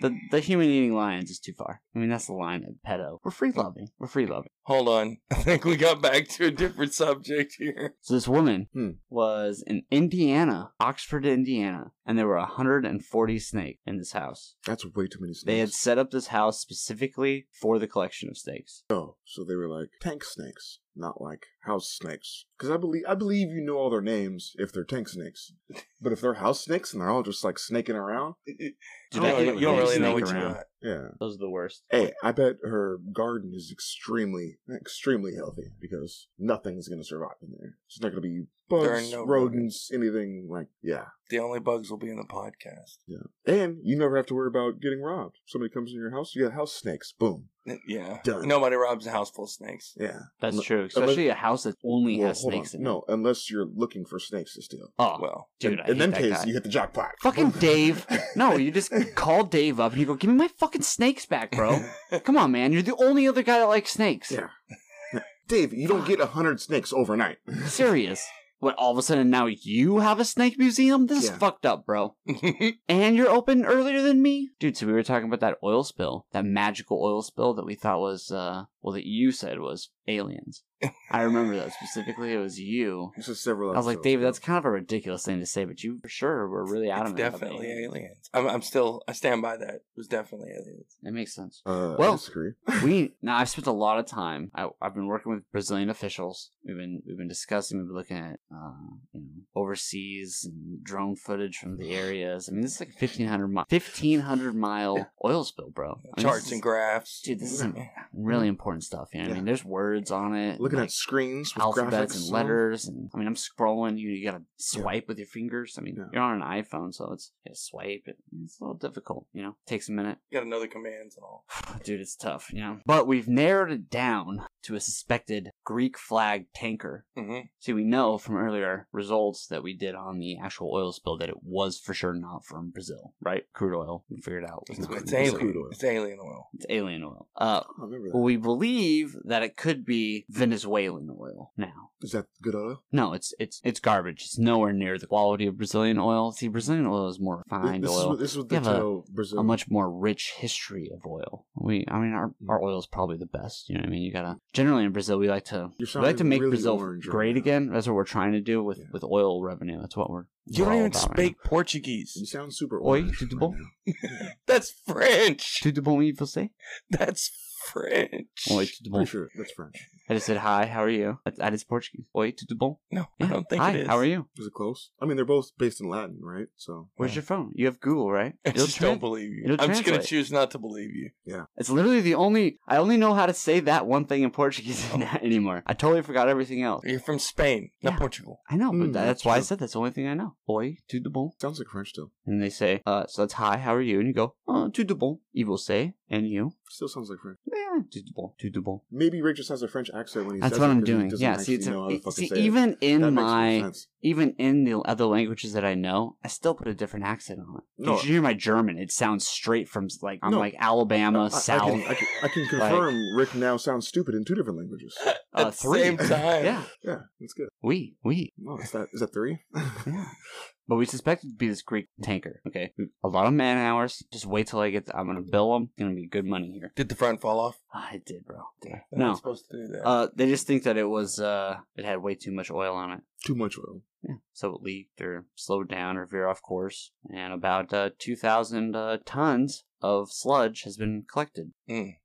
The the human-eating lions is too far. I mean, that's the line of PETA. We're free-loving. We're free-loving. Hold on. I think we got back to a different subject here. So this woman Hmm. was in Indiana, Oxford, Indiana, and there were 140 snakes in this house. That's way too many snakes. They had set up this house specifically for the collection of snakes. Oh, so they were like tank snakes, not like house snakes. Because I believe I believe you know all their names if they're tank snakes, but if they're house snakes and they're all just like snaking around, Dude, I you, hate don't- when you don't they really know sneak what you around. got. yeah. Those are the worst. Hey, I bet her garden is extremely, extremely healthy because nothing's gonna survive in there. It's not gonna be There are bugs, no rodents, anything like yeah. The only bugs will be in the podcast. And you never have to worry about getting robbed. Somebody comes in your house, you got house snakes. Boom. Yeah. Done. Nobody robs a house full of snakes. Yeah. That's Look, true, unless- especially a house that only Well, has hold snakes on. in it. No, unless you're looking for snakes to steal. Oh, Well, dude, in, I in hate them that case, guy. you hit the jackpot. Fucking Dave. No, you just call Dave up and you go, "Give me my fucking snakes back, bro." Come on, man. You're the only other guy that likes snakes. Yeah. Dave, you don't get a hundred snakes overnight. Serious. What? All of a sudden now you have a snake museum? This Yeah. is fucked up, bro. And you're open earlier than me? Dude, so we were talking about that oil spill, that magical oil spill that we thought was, uh, well, that you said was aliens. I remember that specifically. It was you. This is several. I was like, episodes David, ago. that's kind of a ridiculous thing to say, but you for sure were really it's adamant. about definitely aliens. aliens. I'm, I'm still, I stand by that. It was definitely aliens. That makes sense. Uh, Well- I disagree. we now I've spent a lot of time. I, I've been working with Brazilian officials. We've been we've been discussing. We've been looking at uh, you know overseas and drone footage from the areas. I mean, this is like fifteen hundred mile fifteen hundred mile oil spill, bro. I mean, this Charts is and graphs. Mm-hmm. Dude, this is a- really important stuff. You know, what I mean, Yeah. there's words on it. Looking like, at screens with graphics alphabets and on. letters, and I mean, I'm scrolling. You, you gotta swipe with your fingers. I mean, Yeah. you're on an iPhone, so it's you gotta swipe. It, it's a little difficult. You know, takes a minute. got another commands and all. Dude, it's tough, you know. But we've narrowed it down to a suspected Greek flag tanker. Mm-hmm. See, we know from earlier results that we did on the actual oil spill that it was for sure not from Brazil, right? Crude oil. We figured out it was It's, not. it's from Brazil. alien. alien. oil. It's alien oil. It's alien oil. Uh, I remember that. well, we believe that it could be Venezuelan oil now. Is that good oil? No, it's it's it's garbage. It's nowhere near the quality of Brazilian oil. See, Brazilian oil is more refined this, Is oil. what, this is what they Yeah, but tell Brazil. a much more rich history of oil. We, I mean, our, Hmm. our oil is probably the best. You know what I mean? You gotta generally in Brazil, we like to You're we like to sounding make really Brazil orange right great now. again. That's what we're trying to do with Yeah. with oil revenue. That's what we're We're You don't all even about it. speak Portuguese. You sound super Oi, orange did you right bump? now. That's French. Tudo bom e você? That's French. Oi, tudo bom? Pretty sure that's French. I just said hi, how are you? That, that is Portuguese. Oi, tudo bom? No, I Yeah, don't think hi, it is. how are you? Is it close? I mean, they're both based in Latin, right? So Where's your phone? You have Google, right? I It'll just trans- don't believe you. it'll I'm just gonna translate. choose not to believe you. It's literally the only. I only know how to say that one thing in Portuguese Oh. anymore. I totally forgot everything else. You're from Spain, not Yeah. Portugal. I know, but Mm, that's that's why I true. said that's the only thing I know. Oi, tudo bom? sounds like French still. And they say, uh, so that's hi, how are you? And you go, uh, tudo bom. E você? And you? Still sounds like French. Yeah, tudo bom, tudo bom. Maybe Rick just has a French accent when he That's says what it I'm 'cause he doing. doesn't Yeah, see, it's actually know how to a, fucking see, say it. even in That makes more my, sense. even in the other languages that I know, I still put a different accent on it. No. You should hear my German. It sounds straight from like I'm No. like Alabama, I- I- I, South. can, I, can, I can confirm Rick now sounds stupid in two different languages. Uh, At the three. same time. yeah, Yeah, that's good. we, we. Oh, is that is that three? Yeah. But we suspect it to be this Greek tanker. Okay, Hmm. a lot of man hours. Just wait till I get. I'm gonna bill them. Gonna be good money here. Did the front fall off? Ah, I did, bro. Damn. They're not No, supposed to do that. uh, they just think that it was. Uh, it had way too much oil on it. Too much oil. Yeah. So it leaked or slowed down or veered off course, and about uh, 2,000 uh, tons of sludge has been collected.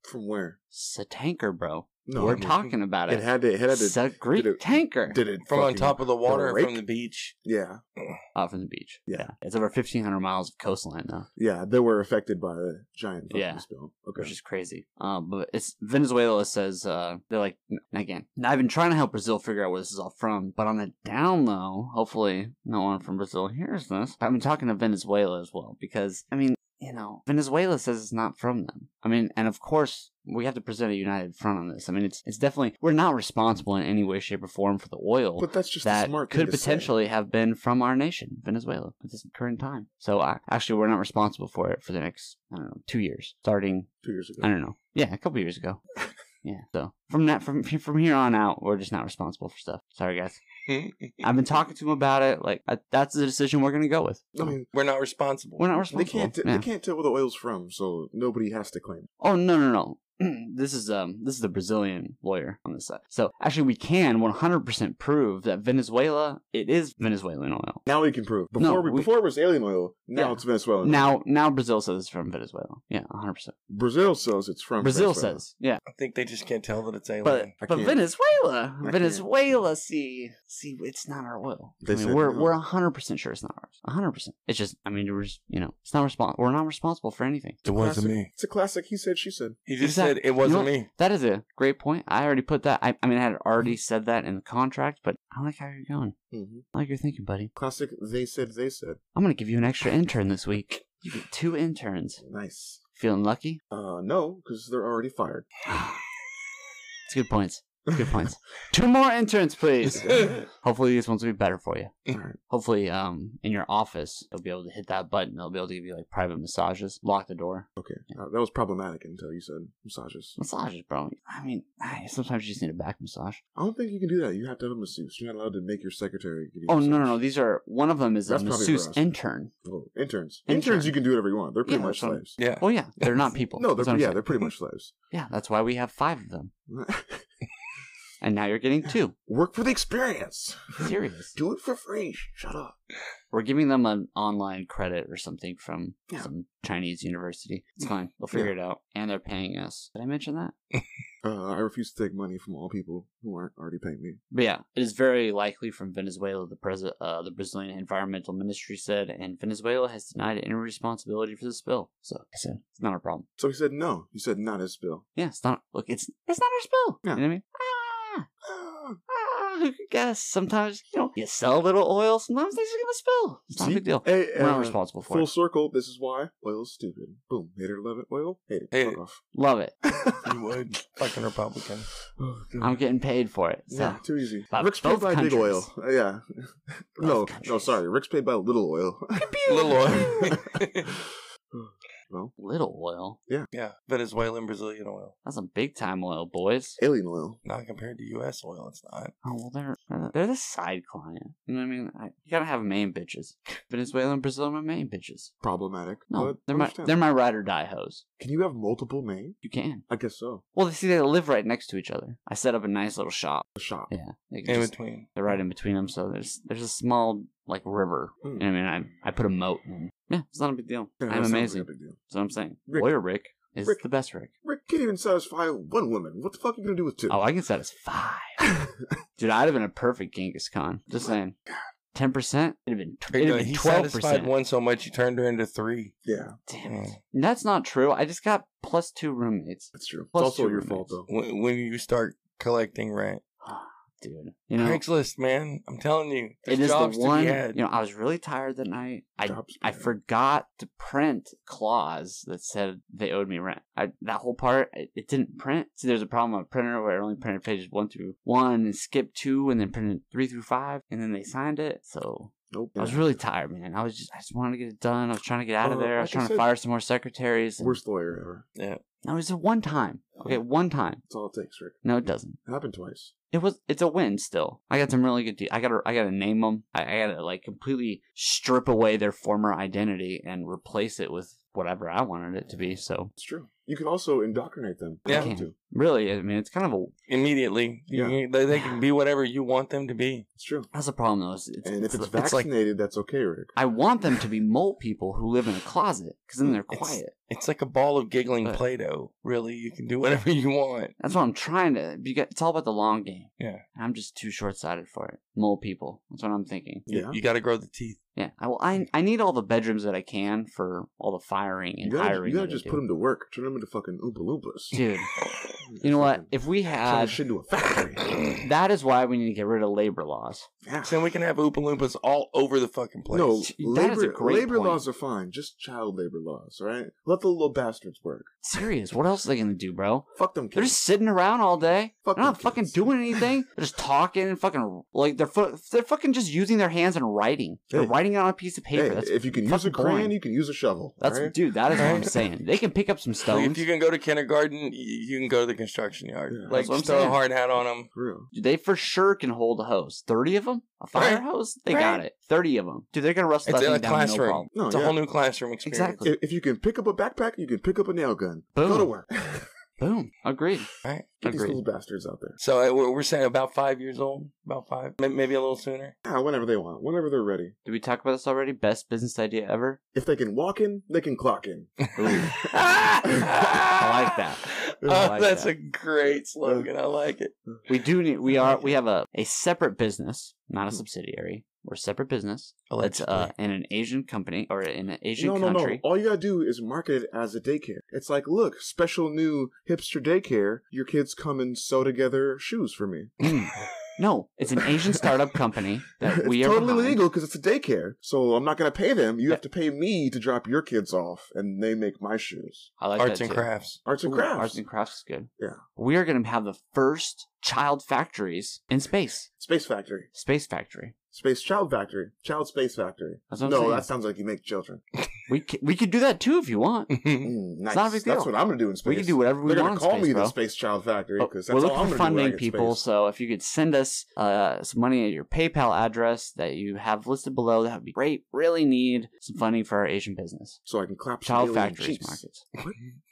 From where? It's a tanker, bro. No, We're I mean, talking about it. It had to. It had it's to. a Greek did it- tanker Did it from on fucking- top of the water, or rake? from the beach. Yeah, off from the beach. Yeah. It's over 1,500 miles of coastline, though. yeah. They were affected by the giant fucking Yeah. spill. Okay. which is crazy. Um, but it's Venezuela says uh, they're like "N- again. Now I've been trying to help Brazil figure out where this is all from, but on the down low, hopefully no one from Brazil hears this. I've been talking to Venezuela as well because I mean, you know, Venezuela says it's not from them. I mean, and of course we have to present a united front on this. I mean, it's it's definitely we're not responsible in any way, shape, or form for the oil. but that's just a that smart thing could to say. potentially have been from our nation, Venezuela, at this current time. So, I, actually, we're not responsible for it for the next, I don't know, two years, starting two years ago. I don't know. Yeah, a couple years ago. Yeah. So from that from from here on out, we're just not responsible for stuff. Sorry, guys. I've been talking to him about it. Like I, that's the decision we're gonna go with. I mean, We're not responsible. We're not they responsible. can't. Yeah. They can't tell where the oil's from, so nobody has to claim. Oh no no no. This is um this is the Brazilian lawyer on this side. So actually, we can 100% prove that Venezuela it is Venezuelan oil. Now we can prove. No, Before we, we- before it was alien oil. Now Yeah. it's Venezuelan. oil. Now now Brazil says it's from Venezuela. Yeah, 100%. Brazil says it's from Brazil Venezuela. says yeah, I think they just can't tell that it's alien. but I but can't. Venezuela I can't. Venezuela see see it's not our oil. They I mean, said we're no. we're hundred percent sure it's not ours. hundred percent. It's just I mean we're just, you know it's not respons- We're not responsible for anything. it wasn't Classic- me. It's a classic. He said. She said. He just Exact- said it wasn't You me. That is a great point. I already put that. I, I mean I had already said that in the contract, but I like how you're going. hmm I like your thinking, buddy. Classic. They said. They said. I'm gonna give you an extra intern this week. You get two interns. Nice. Feeling lucky? Uh, no, because they're already fired. It's good points. Good points. two more interns, please. Hopefully these ones will be better for you. All right. Hopefully, um, in your office, they'll be able to hit that button. They'll be able to give you like private massages. Lock the door. Okay. Uh, that was problematic until you said massages. Massages, bro. I mean, sometimes you just need a back massage. I don't think you can do that. You have to have a masseuse. You're not allowed to make your secretary give you a Oh no, no, massage. no. These are one of them is a That's probably masseuse gross. intern. Well, Oh, interns. Intern. Interns, you can do whatever you want. They're pretty Yeah, much that's what I'm- slaves. Yeah. Oh yeah, they're not people. No, That's what they're I'm yeah, saying. they're pretty much slaves. yeah. That's why we have five of them, and now you're getting two. Work for the experience. Serious. Do it for free. Shut up. We're giving them an online credit or something from Yeah. Mm-hmm. some Chinese university. It's fine. They'll figure it out, and they're paying us. Did I mention that? Uh, I refuse to take money from all people who aren't already paying me. But yeah, it is very likely from Venezuela, the president, uh, the Brazilian Environmental Ministry said, and Venezuela has denied any responsibility for the spill. So I said, it's not our problem. So he said no. He said not his bill. Yeah, it's not. Look, it's it's not our spill. Yeah. You know what I mean? Ah, ah, who could guess? Sometimes you know you sell a little oil. Sometimes things are gonna spill. It's not a See? big deal. Hey, We're not uh, responsible for Full it. circle. This is why oil's stupid. Boom. Hate it, love it. Oil. Hate it. Hate Fuck it. off. Love it. Oh, You would. Fucking Republican. Oh, God. I'm getting paid for it. So. yeah, too easy. But Rick's paid both by big countries- oil. Uh, yeah. no, no, countries. sorry. Rick's paid by little oil. Little oil. Well, Little oil. Yeah, Venezuelan Brazilian oil. That's some big time oil, boys. alien oil. Not compared to U.S. oil, it's not. Oh well, they're they're- they're the side client. You know what I mean? I, you gotta have main bitches. Venezuela and Brazil are my main bitches. Problematic. No, but they're my understand. they're my ride or die hoes. Can you have multiple names? You can. I guess so. Well, they see they live right next to each other. I set up a nice little shop. The shop. Yeah, they can In just- between. they're right in between them. So there's there's a small like river. You Hmm. know what I mean, I I put a moat. In. Yeah, it's not a big deal. Yeah, that I'm sounds like amazing. a big deal. That's what I'm saying. Rick. Lawyer Rick is Rick. the best Rick. Rick can't even satisfy one woman. What the fuck are you gonna do with two? Oh, I can satisfy. Dude, I'd have been a perfect Genghis Khan. Just saying. Ten percent? It'd have been tw- it'd have been he twelve satisfied percent. one so much he turned her into three. yeah, Damn it. Mm. And that's not true. I just got plus two roommates. that's true. Plus it's also two your roommates. fault though. When, when you start collecting rent, Dude. You know, Craigslist, man, I'm telling you, it there's is the jobs one to be had. you know, I was really tired that night. I Jobs, I man. forgot to print clause that said they owed me rent. I, that whole part, it, it didn't print. See, there's a problem on a printer where it only printed pages one through one and skipped two and then printed three through five and then they signed it. So Nope. I was really tired, man. I was just, I just wanted to get it done. I was trying to get out of Uh, there. I was like I trying to said- fire some more secretaries. and- worst lawyer ever. No, it's a one time. Okay, one time. That's all it takes, Rick. No, it doesn't. It happened twice. It was. It's a win still. I got some really good. De- I got. to I got to name them. I, I got to like completely strip away their former identity and replace it with whatever I wanted it to be. So It's true. You can also indoctrinate them. if you Yeah. want to. really, I mean, it's kind of a. Immediately, You- Yeah. they, they can be whatever you want them to be. It's true. That's a problem though. It's, it's, And if it's it's like- vaccinated, that's okay, Rick. I want them to be mole people who live in a closet because Mm, then they're It's- quiet. It's like a ball of giggling But- Play-Doh. Really, you can do whatever you want. That's what I'm trying to. You get, it's all about the long game. Yeah. And I'm just too short sighted for it. Mole people. That's what I'm thinking. You- Yeah. You, got to grow the teeth. Yeah. I, well, I I need all the bedrooms that I can for all the firing You and gotta, hiring. you gotta that I just do. put them to work. Turn them into fucking Oompa Loompas. Dude, you know what? Fucking If we Turn had. this shit into a factory. That is why we need to get rid of labor laws. Yeah. then we can have Oompa Loompas all over the fucking place. No, That is a labor, great labor point. laws are fine. Just child labor laws, all right? Let the little bastards work. Serious. What else are they going to do, bro? Fuck them They're kids. just sitting around all day. Fuck they're not them fucking kids. doing anything. They're just talking and fucking like they're fu- they're fucking just using their hands and writing. They're Hey. writing it on a piece of paper. Hey, That's if you can use a fucking crayon, boring. you can use a shovel. That's all right? dude. That is what I'm Alright. saying. They can pick up some Like, stones. if you can go to kindergarten, y- you can go to the construction yard. Yeah. like That's what I'm just throw saying. a hard hat on them. For real. Dude, they for sure can hold a hose. Thirty of them, a fire Right. hose. They got Right. it. Thirty of them. Dude, they're gonna rust It's that in thing a down. No problem. classroom. No, it's a yeah. whole new classroom experience. Oh, Exactly. If, if you can pick up a backpack, you can pick up a nail gun. Go to Boom. work. Get Boom. Agreed. Right. these little Agreed. bastards out there. So uh, we're we're saying about five years old, about five, may- maybe a little sooner. Yeah, whenever they want, whenever they're ready. Did we talk about this already? Best business idea ever. If they can walk in, they can clock in. I I like that. Oh, I like that's that. a great slogan. I like it. We do need. We are. We have a a separate business, not Hmm. a subsidiary. We're a separate business. It's uh in an Asian company or in an Asian no, no, no. country. All you gotta do is market it as a daycare. It's like, look, special new hipster daycare. Your kids come and sew together shoes for me. Mm. No, it's an Asian startup company that it's we are totally behind. legal because it's a daycare. So I'm not gonna pay them. You have to pay me to drop your kids off, and they make my shoes. I like arts that and too. crafts. Arts and Ooh, crafts. Arts and crafts is good. Yeah. We are going to have the first child factories in space. Space factory. Space factory. Space child factory. Child space factory. That's what No, I'm saying. that sounds like you make children. We c we could do that too if you want. Mm, nice. It's not a big That's deal. what I'm gonna do in space. We can do whatever we They're want. gonna call in space, me bro. the Space Child Factory But because Oh, we're that's all looking for I'm gonna do. funding, when I get people. space. So if you could send us uh, some money at your PayPal address that you have listed below, that would be great. Really need some funding for our Asian business. So I can clap. some Child alien factories cheeks. markets,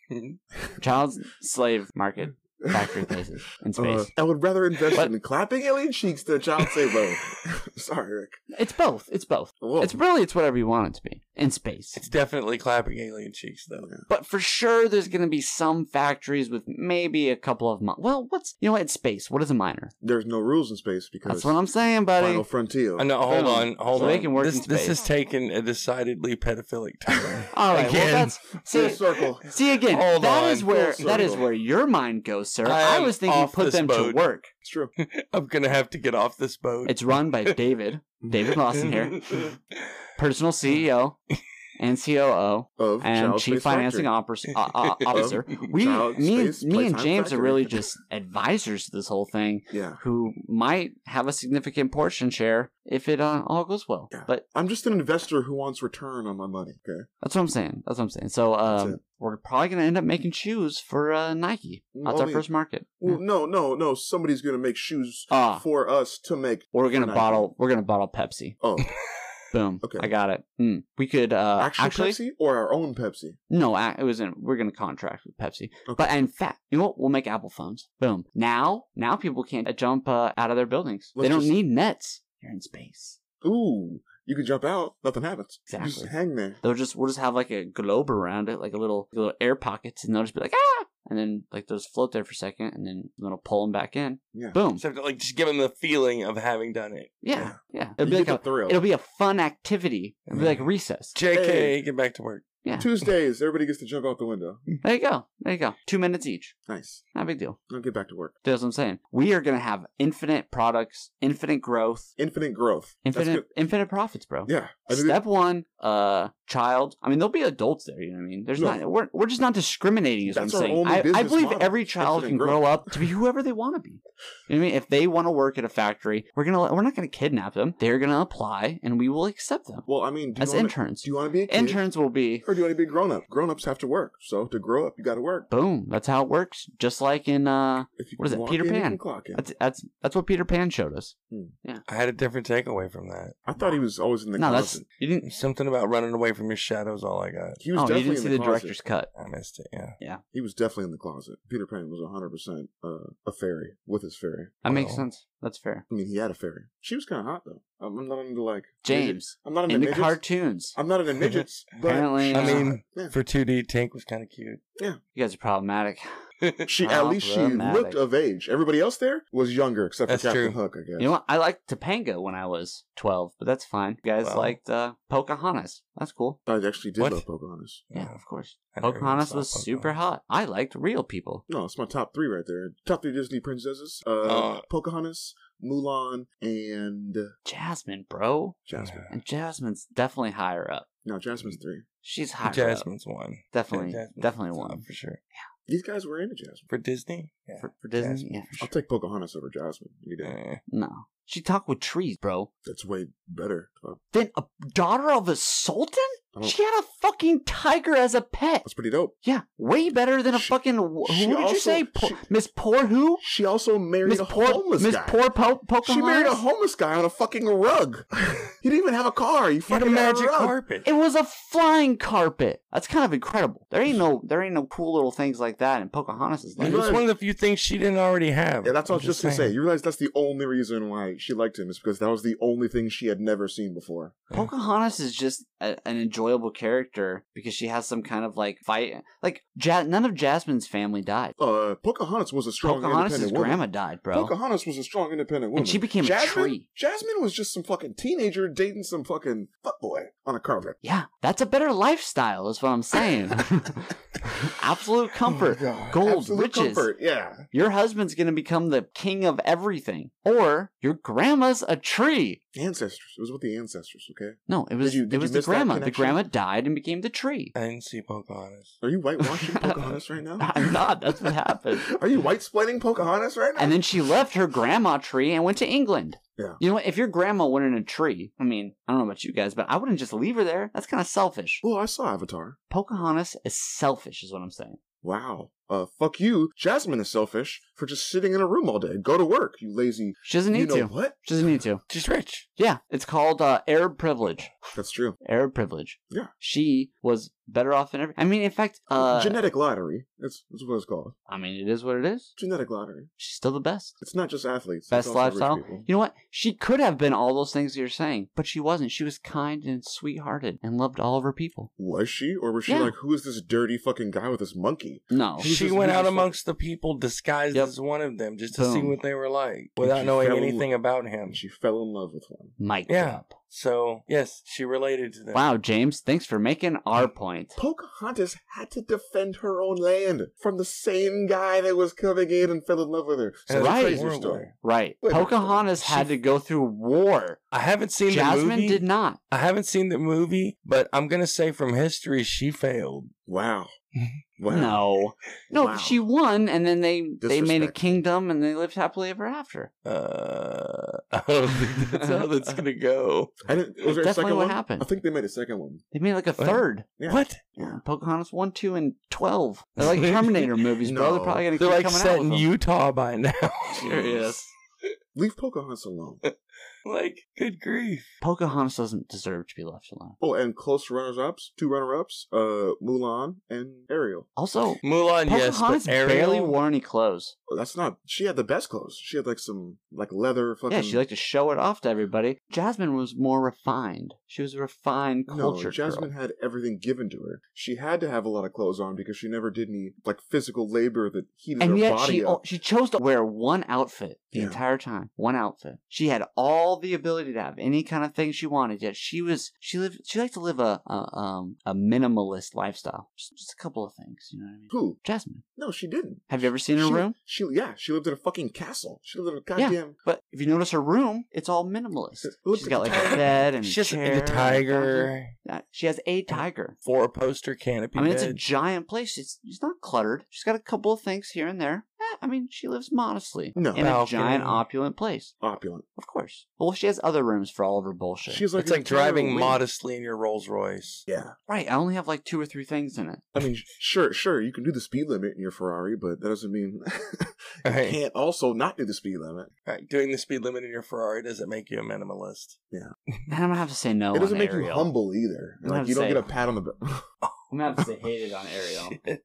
Mhm. child slave market, factory places in space. Uh, I would rather invest But- in clapping alien cheeks than a child saber. Sorry, Rick. it's both. It's both. Whoa. It's really it's whatever you want it to be in space. It's definitely clapping alien cheeks though. But for sure, there's going to be some factories with maybe a couple of. Mi- well, what's you know what? It's space. What is a miner? There's no rules in space because That's what I'm saying, buddy. Final Frontier. Uh, no, hold Boom. on, hold So on. they can work this, in this space. has taken a decidedly pedophilic turn. All right. Again. Well, that's Full see. circle. See again. That is Hold on. where Full that is circle. where your mind goes, sir. I I, am was thinking off put this them boat. to work. It's true. I'm gonna have to get off this boat. It's run by David, David Lawson here, personal CEO. E and COO of and Child Chief Space Financing Opera- Factory. uh, uh, Officer. We, Child me, and- Space me and Playtime James are Factory. really just advisors to this whole thing Yeah. who might have a significant portion share if it uh, all goes well. Yeah. But I'm just an investor who wants return on my money. Okay. that's what I'm saying. That's what I'm saying. So That's um, it. we're probably going to end up making shoes for uh, Nike. That's Well, our we- first market. Mm. Well, no, no, no. Somebody's gonna make shoes Hmm. Ah, for us to make. we're gonna Nike. bottle. We're gonna bottle Pepsi. Oh, Boom. Okay. I got it. Mm. We could uh, actual actually Pepsi or our own Pepsi? No, a- it was in. We're gonna contract with Pepsi, Okay. but in fact, you know what? We'll make Apple phones. Boom! Now, now people can't jump uh, out of their buildings. they Let's don't just- need nets. They're in space. Ooh, you can jump out. Nothing happens. You just Exactly. hang there. They'll just we'll just have like a globe around it, like a little little air pockets, and they'll just be like ah, and then like they'll just float there for a second, and then it'll pull them back in. Yeah. Boom! Except like just give them the feeling of having done it. Yeah, yeah. You It'll be get like the a, thrill. it'll be a fun activity. It'll be like recess. JK, Hey. get back to work. Yeah. Tuesdays, everybody gets to jump out the window. There you go. There you go. Two minutes each. Nice. Not a big deal. Now get back to work. That's what I'm saying. We are gonna have infinite products, infinite growth. Infinite growth. That's Infinite, good. infinite profits, bro. Yeah. I mean, Step one, uh, child. I mean, there'll be adults there. You know what I mean? There's No. not. We're, we're just not discriminating. Is That's what our I'm saying. only I, I business believe model. every child Infinite can growth. grow up to be whoever they want to be. You know what I mean? If they want to work at a factory, we're gonna. let- We're not gonna kidnap them. They're gonna apply, and we will accept them well, I mean, do as you, want to, interns. do you want to be a kid interns will be. or do you want to be a grown up? Grown ups have to work. So to grow up, you got to work. Boom. That's how it works. Just like in uh, If you What is can it, walk Peter in, you Pan? can clock in. that's that's that's what Peter Pan showed us. I had a different takeaway from that. I thought he was always in the no, that's closet. you didn't. Something about running away from your shadows. All I got. He was Oh, you definitely didn't in see the, the closet. director's cut. I missed it. Yeah, He was definitely in the closet. Peter Pan was 100% uh, a fairy with his fairy. That makes Well. sense. That's fair. I mean, he had a fairy. She was kind of hot though. I'm, I'm not into like James midgets. I'm not into in the midgets. cartoons. I'm not into midgets. But Apparently, uh, I mean, Yeah. for 2D, Tank was kind of cute. You guys are problematic. she at least she looked problematic. of age. Everybody else there was younger, except for That's Captain true. Hook, I guess. You know what? I liked Topanga when I was 12, but that's fine. You guys Wow. liked uh, Pocahontas. That's cool. I actually did What? love Pocahontas. Yeah, of course. I never even Pocahontas saw was Pocahontas. super hot. I liked real people. No, it's my top three right there. Top three Disney princesses: uh, Uh, Pocahontas, Mulan, and Jasmine, bro. Jasmine. And Jasmine's definitely higher up. No, Jasmine's three. She's higher up. Jasmine's one. Definitely, Jasmine's definitely top one. for sure. These guys were into Jasmine. For Disney, yeah. For, for Disney? Jasmine, Yeah. for I'll sure. take Pocahontas over Jasmine. You did. Yeah. No. She talked with trees, bro. That's way better. Uh, Then a daughter of a sultan? I don't- She had a fucking tiger as a pet. that's pretty dope. Yeah, way better than a She- fucking. Who she did also- you say? Po- she- Miss Poor who? She also married Miss a Poor homeless Miss guy. Poor po- Pocahontas. She married a homeless guy on a fucking rug. he didn't even have a car. He He had a fucking magic had a rug. carpet. It was a flying carpet. That's kind of incredible. There ain't no there ain't no cool little things like that in Pocahontas' It life. You was one of the few things she didn't already have. Yeah, that's what I I'm was just gonna say. saying. You realize that's the only reason why she liked him is because that was the only thing she had never seen before. Pocahontas is just a, an enjoyable character because she has some kind of like fight. Like ja- none of Jasmine's family died. Uh, Pocahontas was a strong, Pocahontas' independent woman. grandma died, bro. Pocahontas was a strong, independent woman. And she became a Jasmine, tree. Jasmine was just some fucking teenager dating some fucking fuckboy on a carpet. yeah, that's a better lifestyle, is what I'm saying. Absolute comfort. Oh my God. Gold, Absolute riches. comfort. Yeah. Your husband's gonna become the king of everything, or your grandma's a tree. Ancestors. It was with the ancestors. Okay. No, it was you- did it you was the miss that grandma. The connection? grandma died and became the tree. I didn't see Pocahontas. Are you whitewashing Pocahontas right now? I'm not. That's what happened. Are you white splaining Pocahontas right now? And then she left her grandma tree and went to England. Yeah. You know what? If your grandma went in a tree, I mean, I don't know about you guys, but I wouldn't just leave her there. That's kind of selfish. well, Oh, I saw Avatar. Pocahontas is selfish, is what I'm saying. Wow. Uh, fuck you. Jasmine is selfish for just sitting in a room all day. Go to work, you lazy. She doesn't you need know to. what? She doesn't need to. She's rich. Yeah, it's called uh, Arab privilege. That's true. Arab privilege. Yeah. She was better off than every. I mean, in fact, uh, Genetic lottery. That's, that's what it's called. I mean, it is what it is. Genetic lottery. She's still the best. It's not just athletes. it's Best also rich lifestyle. people. You know what? She could have been all those things you're saying, but she wasn't. She was kind and sweethearted and loved all of her people. Was she, or was she Yeah. like, who is this dirty fucking guy with this monkey? No, He's she is- went who's out this amongst the people disguised Oh. Yep. as one of them just to see Boom. what they were like she without knowing fell in anything about him. And she fell in love with one. Mic Yeah. drop. So, yes, she related to them. Wow, James, thanks for making our point. Pocahontas had to defend her own land from the same guy that was coming in and fell in love with her. So Right. that's your story. Right. Wait a minute. Pocahontas She- had to go through war. I haven't seen the Jasmine movie. did not. I haven't seen the movie, but I'm going to say from history, she failed. Wow. Wow. No. No, Wow. she won and then they they made a Disrespect. kingdom and they lived happily ever after. Uh, I don't think that's how that's going to go. I didn't, was there a That's second definitely what one? happened. I think they made a second one. They made like a What? third. Yeah. What? Pocahontas 1, 2, and 12. They're like Terminator movies, bro. They're No. probably going to They're keep like coming set out in with them. Utah by now. Sure is. Leave Pocahontas alone. like, good grief. Pocahontas doesn't deserve to be left alone. Oh, and close runners-ups, two runner-ups, uh, Mulan and Ariel. Also, Mulan, yes, Pocahontas but Ariel, barely wore any clothes. Oh, that's not. She had the best clothes. She had like some like leather fucking. Yeah, she liked to show it off to everybody. Jasmine was more refined. She was a refined culture No, Jasmine girl. had everything given to her. She had to have a lot of clothes on because she never did any like physical labor that heated And her yet body she up. she chose to wear one outfit the Yeah. entire time. One outfit. She had all the ability to have any kind of thing she wanted. Yet she was she lived she liked to live a, a um a minimalist lifestyle. Just, just a couple of things, you know what I mean? Who? Jasmine, No, she didn't. have you ever seen her she, room? She yeah, she lived in a fucking castle. She lived in a Yeah. goddamn. But if you notice her room, it's all minimalist. Look She's at got the like a tiger. bed and She's a chair. the and a tiger, bathroom. Uh, She has a tiger. four poster canopy. I mean, it's a bed. giant place. It's, it's not cluttered. She's got a couple of things here and there. Eh, I mean, she lives modestly No. in a Balcony. giant, opulent place. Opulent. Of course. Well, she has other rooms for all of her bullshit. She's like It's an like driving entire wing. modestly in your Rolls Royce. Yeah, right. I only have like two or three things in it. I mean, sure, sure, you can do the speed limit in your Ferrari, but that doesn't mean you Right. can't also not do the speed limit. Right, doing the speed limit in your Ferrari doesn't make you a minimalist. And I'm gonna have to say no. it doesn't on make Ariel. you humble either. I'm Like not you don't saying- get a pat on the back. I'm gonna have to say hated on Ariel.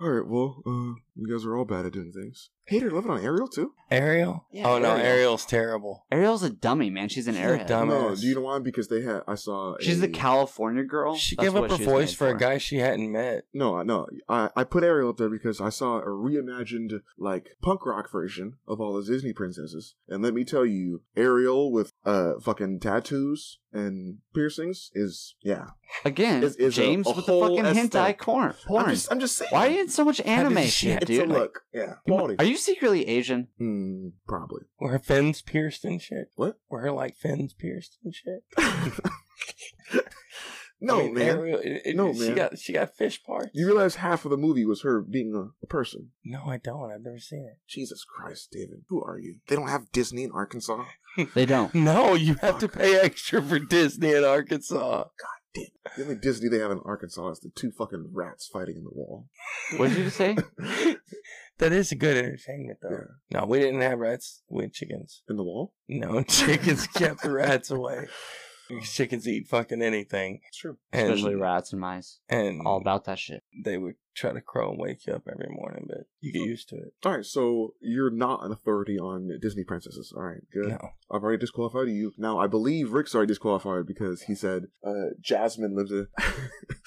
All right, well, uh, you guys are all bad at doing things. Hater living on Ariel too. Ariel? Yeah, oh no, Ariel. Ariel's terrible. Ariel's a dummy, man. She's an She's a airhead. dumb- no, Dumbass. do you know why? Because they had. I saw. She's a- the California girl. She That's gave up what her she was voice made for a guy she hadn't met. No, no. I, I put Ariel up there because I saw a reimagined, like, punk rock version of all the Disney princesses. And let me tell you, Ariel with uh fucking tattoos and piercings is, yeah. Again, Is- is a- James a with the whole fucking hentai aesthetic. corn. Porn. I'm just, I'm just saying. Why are you in so much anime does she- shit, It's dude? a Like, look. yeah. Quality. Are you secretly Asian? Hmm, probably. Were her fins pierced and shit? What? Were her like fins pierced and shit? no, I mean, man. Ariel, it- it- No, she man. got she got fish parts. You realize half of the movie was her being a, a person. No, I don't. I've never seen it. Jesus Christ, David. Who are you? They don't have Disney in Arkansas. They don't. No, you have to Fuck. pay extra for Disney in Arkansas. The only Disney they have in Arkansas is the two fucking rats fighting in the wall. What did you say? that is a good entertainment though. No, we didn't have rats. We had chickens. In the wall? No, chickens kept the rats away. These Chickens eat fucking anything. It's true. And, Especially rats and mice. And All about that shit. they would try to crow and wake you up every morning, but you get used to it. All right, so you're not an authority on Disney princesses. All right, good. No. I've already disqualified you. Now, I believe Rick's already disqualified because he said uh, Jasmine lived a.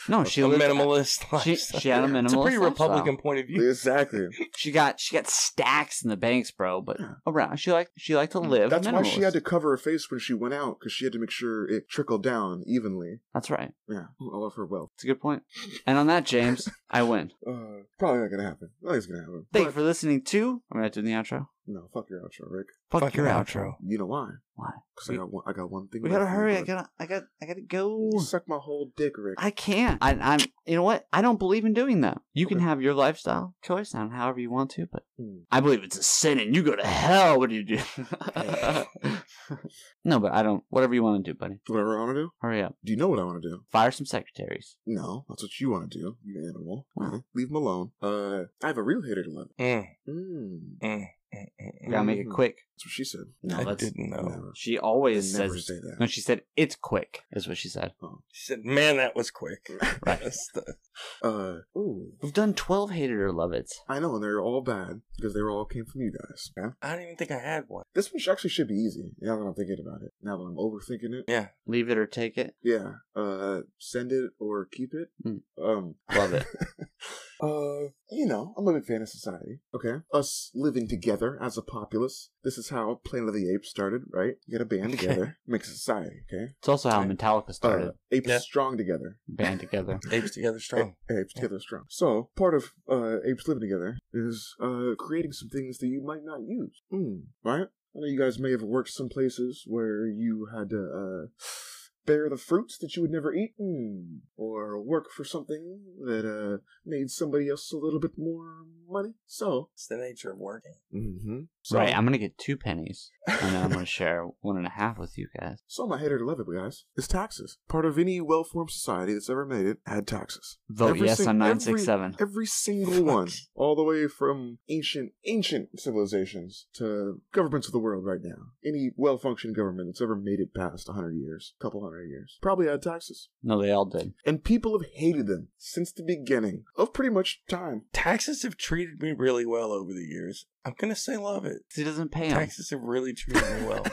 No, she a lived, minimalist she- lifestyle. she had a It's a minimalist pretty lifestyle. Republican point of view. exactly. She got she got stacks in the banks, bro. But Yeah. Mm. around she liked she liked to live. That's why she had minimalist. to cover her face when she went out because she had to make sure it trickled down evenly. That's right. Yeah, I love her well. It's a good point. And on that, James, I win. Uh, probably not gonna happen. Nothing's gonna happen. Thank you But- for listening to. I'm not doing the outro. No, fuck your outro, Rick. Fuck, Fuck your your outro. outro. You know why? Why? Because I We- got one. I got one thing. We left gotta for you, hurry. I bud. gotta. I got. I gotta go. You suck my whole dick, Rick. I can't. I, I'm. You know what? I don't believe in doing that. You can Okay. have your lifestyle choice on however you want to, but Hmm. I believe it's a sin and you go to hell. What do you do? no, but I don't. Whatever you want to do, buddy. Whatever I want to do. Hurry up. Do you know what I want to do? Fire some secretaries. No, that's what you want to do, you animal. Wow. Eh, Leave him alone. Uh, I have a real hater to love. Mm, Mm, mm, mm, mm, We gotta make it Mhm. quick. that's what she said. No, I that's didn't know. Never. she I always never says. say that. No, she said it's quick. Is what she said. She said, "Man, that was quick." That's the- Uh, ooh. We've done twelve hated or love it. I know, and they're all bad because they were all came from you guys. Yeah? I don't even think I had one. This one should- actually should be easy. Now that I'm thinking about it, now that I'm overthinking it. Yeah, Leave it or take it. Yeah. Uh, send it or keep it. Mm. Um, Love it. Uh, you know, I'm a big fan of society. Okay, us living together as a populace. This is how Planet of the Apes started, right? You get a band Okay. together, makes a society. Okay, It's also how Right. Metallica started, uh, apes Yeah. strong together. band together. Apes together strong. A- apes together is strong. So part of uh, apes living together is uh, creating some things that you might not use. Mm, right? I know you guys may have worked some places where you had to uh, bear the fruits that you would never eat, mm, or work for something that uh, made somebody else a little bit more money. So, It's the nature of working. mm-hmm. so Right, I'm gonna get two pennies, and then I'm gonna share one and a half with you guys. So my hater to love it, guys. Is taxes part of any well-formed society that's ever made it had taxes? Vote Every yes sing- on nine every- six seven. Every single Fuck. one, all the way from ancient, ancient civilizations to governments of the world right now. Any well functioning government that's ever made it past 100 years, couple hundred years, probably had taxes. No, they all did. And people have hated them since the beginning of pretty much time. Taxes have treated me really well over the years. I'm gonna say love it. He doesn't pay him Taxes have really treated me well.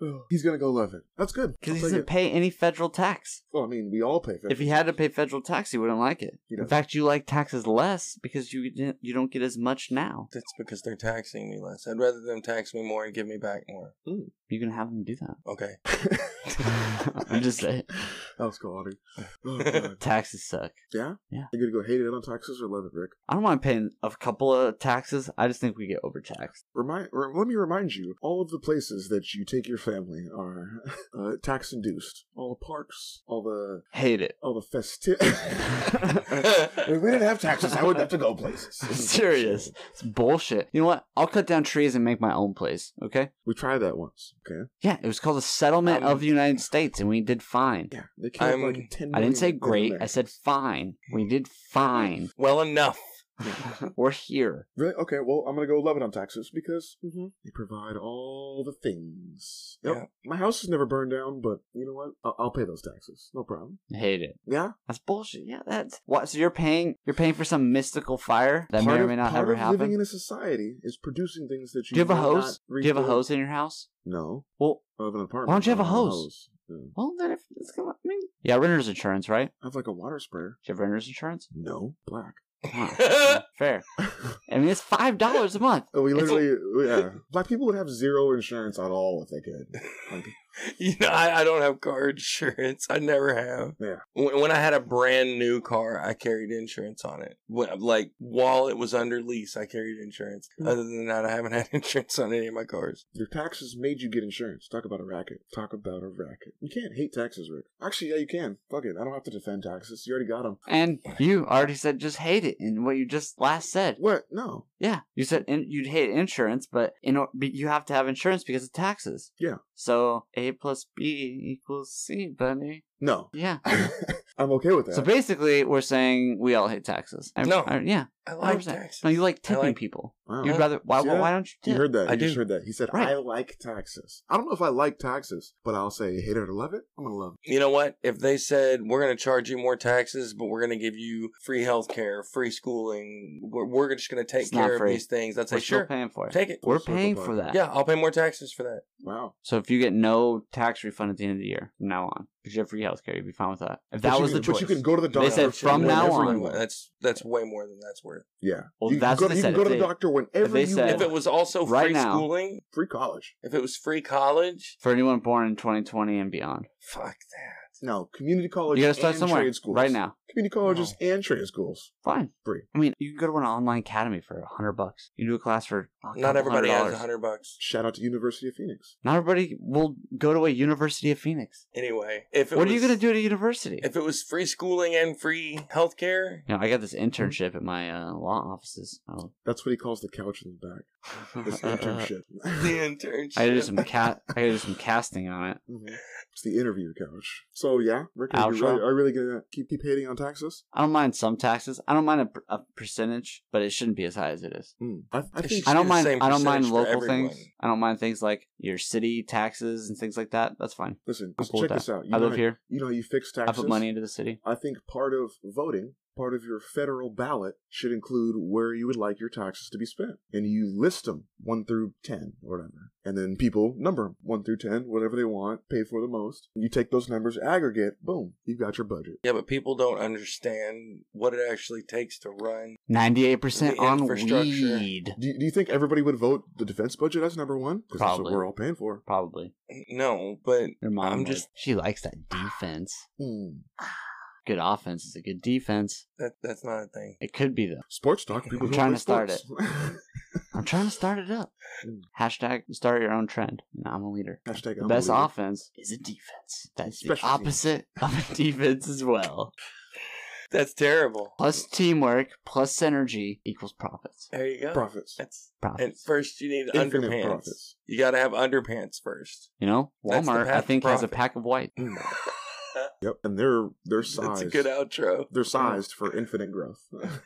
Oh, He's gonna go love it. That's good. because I'll he take doesn't it. pay any federal tax. Well, I mean, we all pay for If he had to pay federal tax, he wouldn't like it. He In doesn't. fact, you like taxes less because you didn't, you don't get as much now. That's because they're taxing me less. I'd rather them tax me more and give me back more. You can have him do Okay. that. I'm just saying, That was quality. Oh, God. taxes suck. yeah? Yeah. You gonna go hate it on taxes or love it, Rick? I don't mind paying a couple of taxes. I just think we get overtaxed. Remind, or let me remind you, all of the places that you take your family are uh, tax induced. All the parks, all the Hate it. all the festi. if we didn't have taxes, I wouldn't have to go places. I'm serious. It's bullshit. You know what? I'll cut down trees and make my own place. Okay. We tried that once. Okay. Yeah, it was called a settlement Um, of the United States, and we did fine. Yeah, they killed I'm- like ten. I didn't say million in great. I America. said fine. We did fine. well enough. We're here. Really? Okay. Well, I'm gonna go love it on taxes because they provide all the things. Yep. Yeah. My house has never burned down, but you know what? I'll, I'll pay those taxes. No problem. Hate it. Yeah. That's bullshit. Yeah, that's what. So you're paying. You're paying for some mystical fire that Part may or of- may not part ever of happen. Living in a society is producing things that you Do you have a may not hose? Do you have a record. hose in your house? No, Well, I live in an apartment. Why don't you have I a don't hose? Yeah. well, then if it's gonna, I mean, yeah, renter's insurance, right? I have like a water Do sprayer. you have renter's insurance? No, black. Huh. Fair. I mean, it's five dollars a month. Oh, we It's literally, yeah. Black people would have zero insurance at all if they could. Like, you know, I, I don't have car insurance. I never have. Yeah. When, when I had a brand new car, I carried insurance on it. When, like while it was under lease, I carried insurance. Hmm. Other than that, I haven't had insurance on any of my cars. your taxes made you get insurance. Talk about a racket. Talk about a racket. You can't hate taxes, Rick. Actually, yeah, you can. Fuck it. I don't have to defend taxes. You already got them. And you already said just hate it in what you just last said. What? No. Yeah, you said in, you'd hate insurance, but in or, but you have to have insurance because of taxes. Yeah. So A plus B equals C, buddy. No. Yeah. I'm okay with that. So basically, we're saying we all hate taxes. I- No. I- yeah. I like 100%. taxes. No, you like tipping like- people. Wow. You'd rather why? See that? Why don't you? Uh-huh. You Tip? heard that. I you just do. heard that. He said, Right. I like taxes. I don't know if I like taxes, but I'll say hate it or love it. I'm going to love you know what? If they said we're going to charge you more taxes, but we're going to give you free health care, free schooling, we're, we're just going to take It's not care of free. these things, I'd say We're still sure, paying for it. take it. We're Circle paying back. for that. Yeah, I'll pay more taxes for that. it. Wow. So if you get no tax refund at the end of the year from now on, because you have free healthcare, you'd be fine with that. If that But you was can- the choice, But you can go to the They doctor. said from now whenever on- you want. That's that's way more than that's worth. Yeah. Well, you that's can what go, they you said. can go If to the they- doctor whenever if they you said- want. If it was also Right free now- schooling, free college. if it was free college, for anyone born in 2020 and beyond. fuck that. No, community college you gotta start and somewhere trade schools. right now. Community colleges and trade schools. Fine. Free. I mean, you can go to an online academy for a hundred bucks. You can do a class for a Not couple hundred everybody has dollars. a hundred bucks. Shout out to University of Phoenix. Not everybody will go to a University of Phoenix. Anyway, if it What are was, you gonna do at a university? If it was free schooling and free healthcare, you know, I got Hmm. this internship at my uh, law offices. Oh. That's what he calls the couch in the back. It's the internship. Mm-hmm. the internship. I gotta do some cat. I gotta do some casting on it. Mhm. It's the interview couch. So yeah, Rick, are Outro. you really, are you really gonna keep keep hating on taxes? I don't mind some taxes. I don't mind a, per- a percentage, but it shouldn't be as high as it is. Mm. I, I It think I should don't be the mind. same I don't mind percentage for local everyone. things. I don't mind things like your city taxes and things like that. That's fine. Listen, I'm just cool check with this out. You I know live how- here. You know how you fix I taxes. put money into the city. I think part of voting part of your federal ballot should include where you would like your taxes to be spent. And you list them 1 through 10 or whatever. And then people number 'em, 1 through 10, whatever they want, pay for the most. You take those numbers, aggregate, boom, you've got your budget. Yeah, but people don't understand what it actually takes to run. 98% The on infrastructure. weed. Do, do you think everybody would vote the defense budget as number one? Because that's what Probably. we're all paying for. Probably. No, but Your mom. I'm would. just- She likes that defense. Hmm. Good offense is a good defense. that that's not a thing. It could be, though. Sports talk. People I'm who trying play to start sports. I'm trying to start it up. Hmm. Hashtag start your own trend. And I'm a leader. Hashtag The best unbelievable. offense is a defense. That's the Special teams. opposite of a defense as well. That's terrible. Plus teamwork, plus synergy equals profits. There you go. Profits. That's and Profits. first you need Infinite underpants. profits. You got to have underpants first. You know, That's the Walmart I path to think has a profit. pack of white. Yep. And they're they're That's sized. a good outro. they're sized for infinite growth.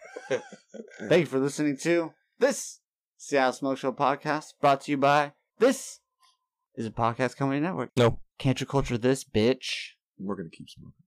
Thank you for listening to this Seattle Smoke Show podcast brought to you by this is a podcast company network. No. Can't you culture this bitch? We're gonna keep smoking.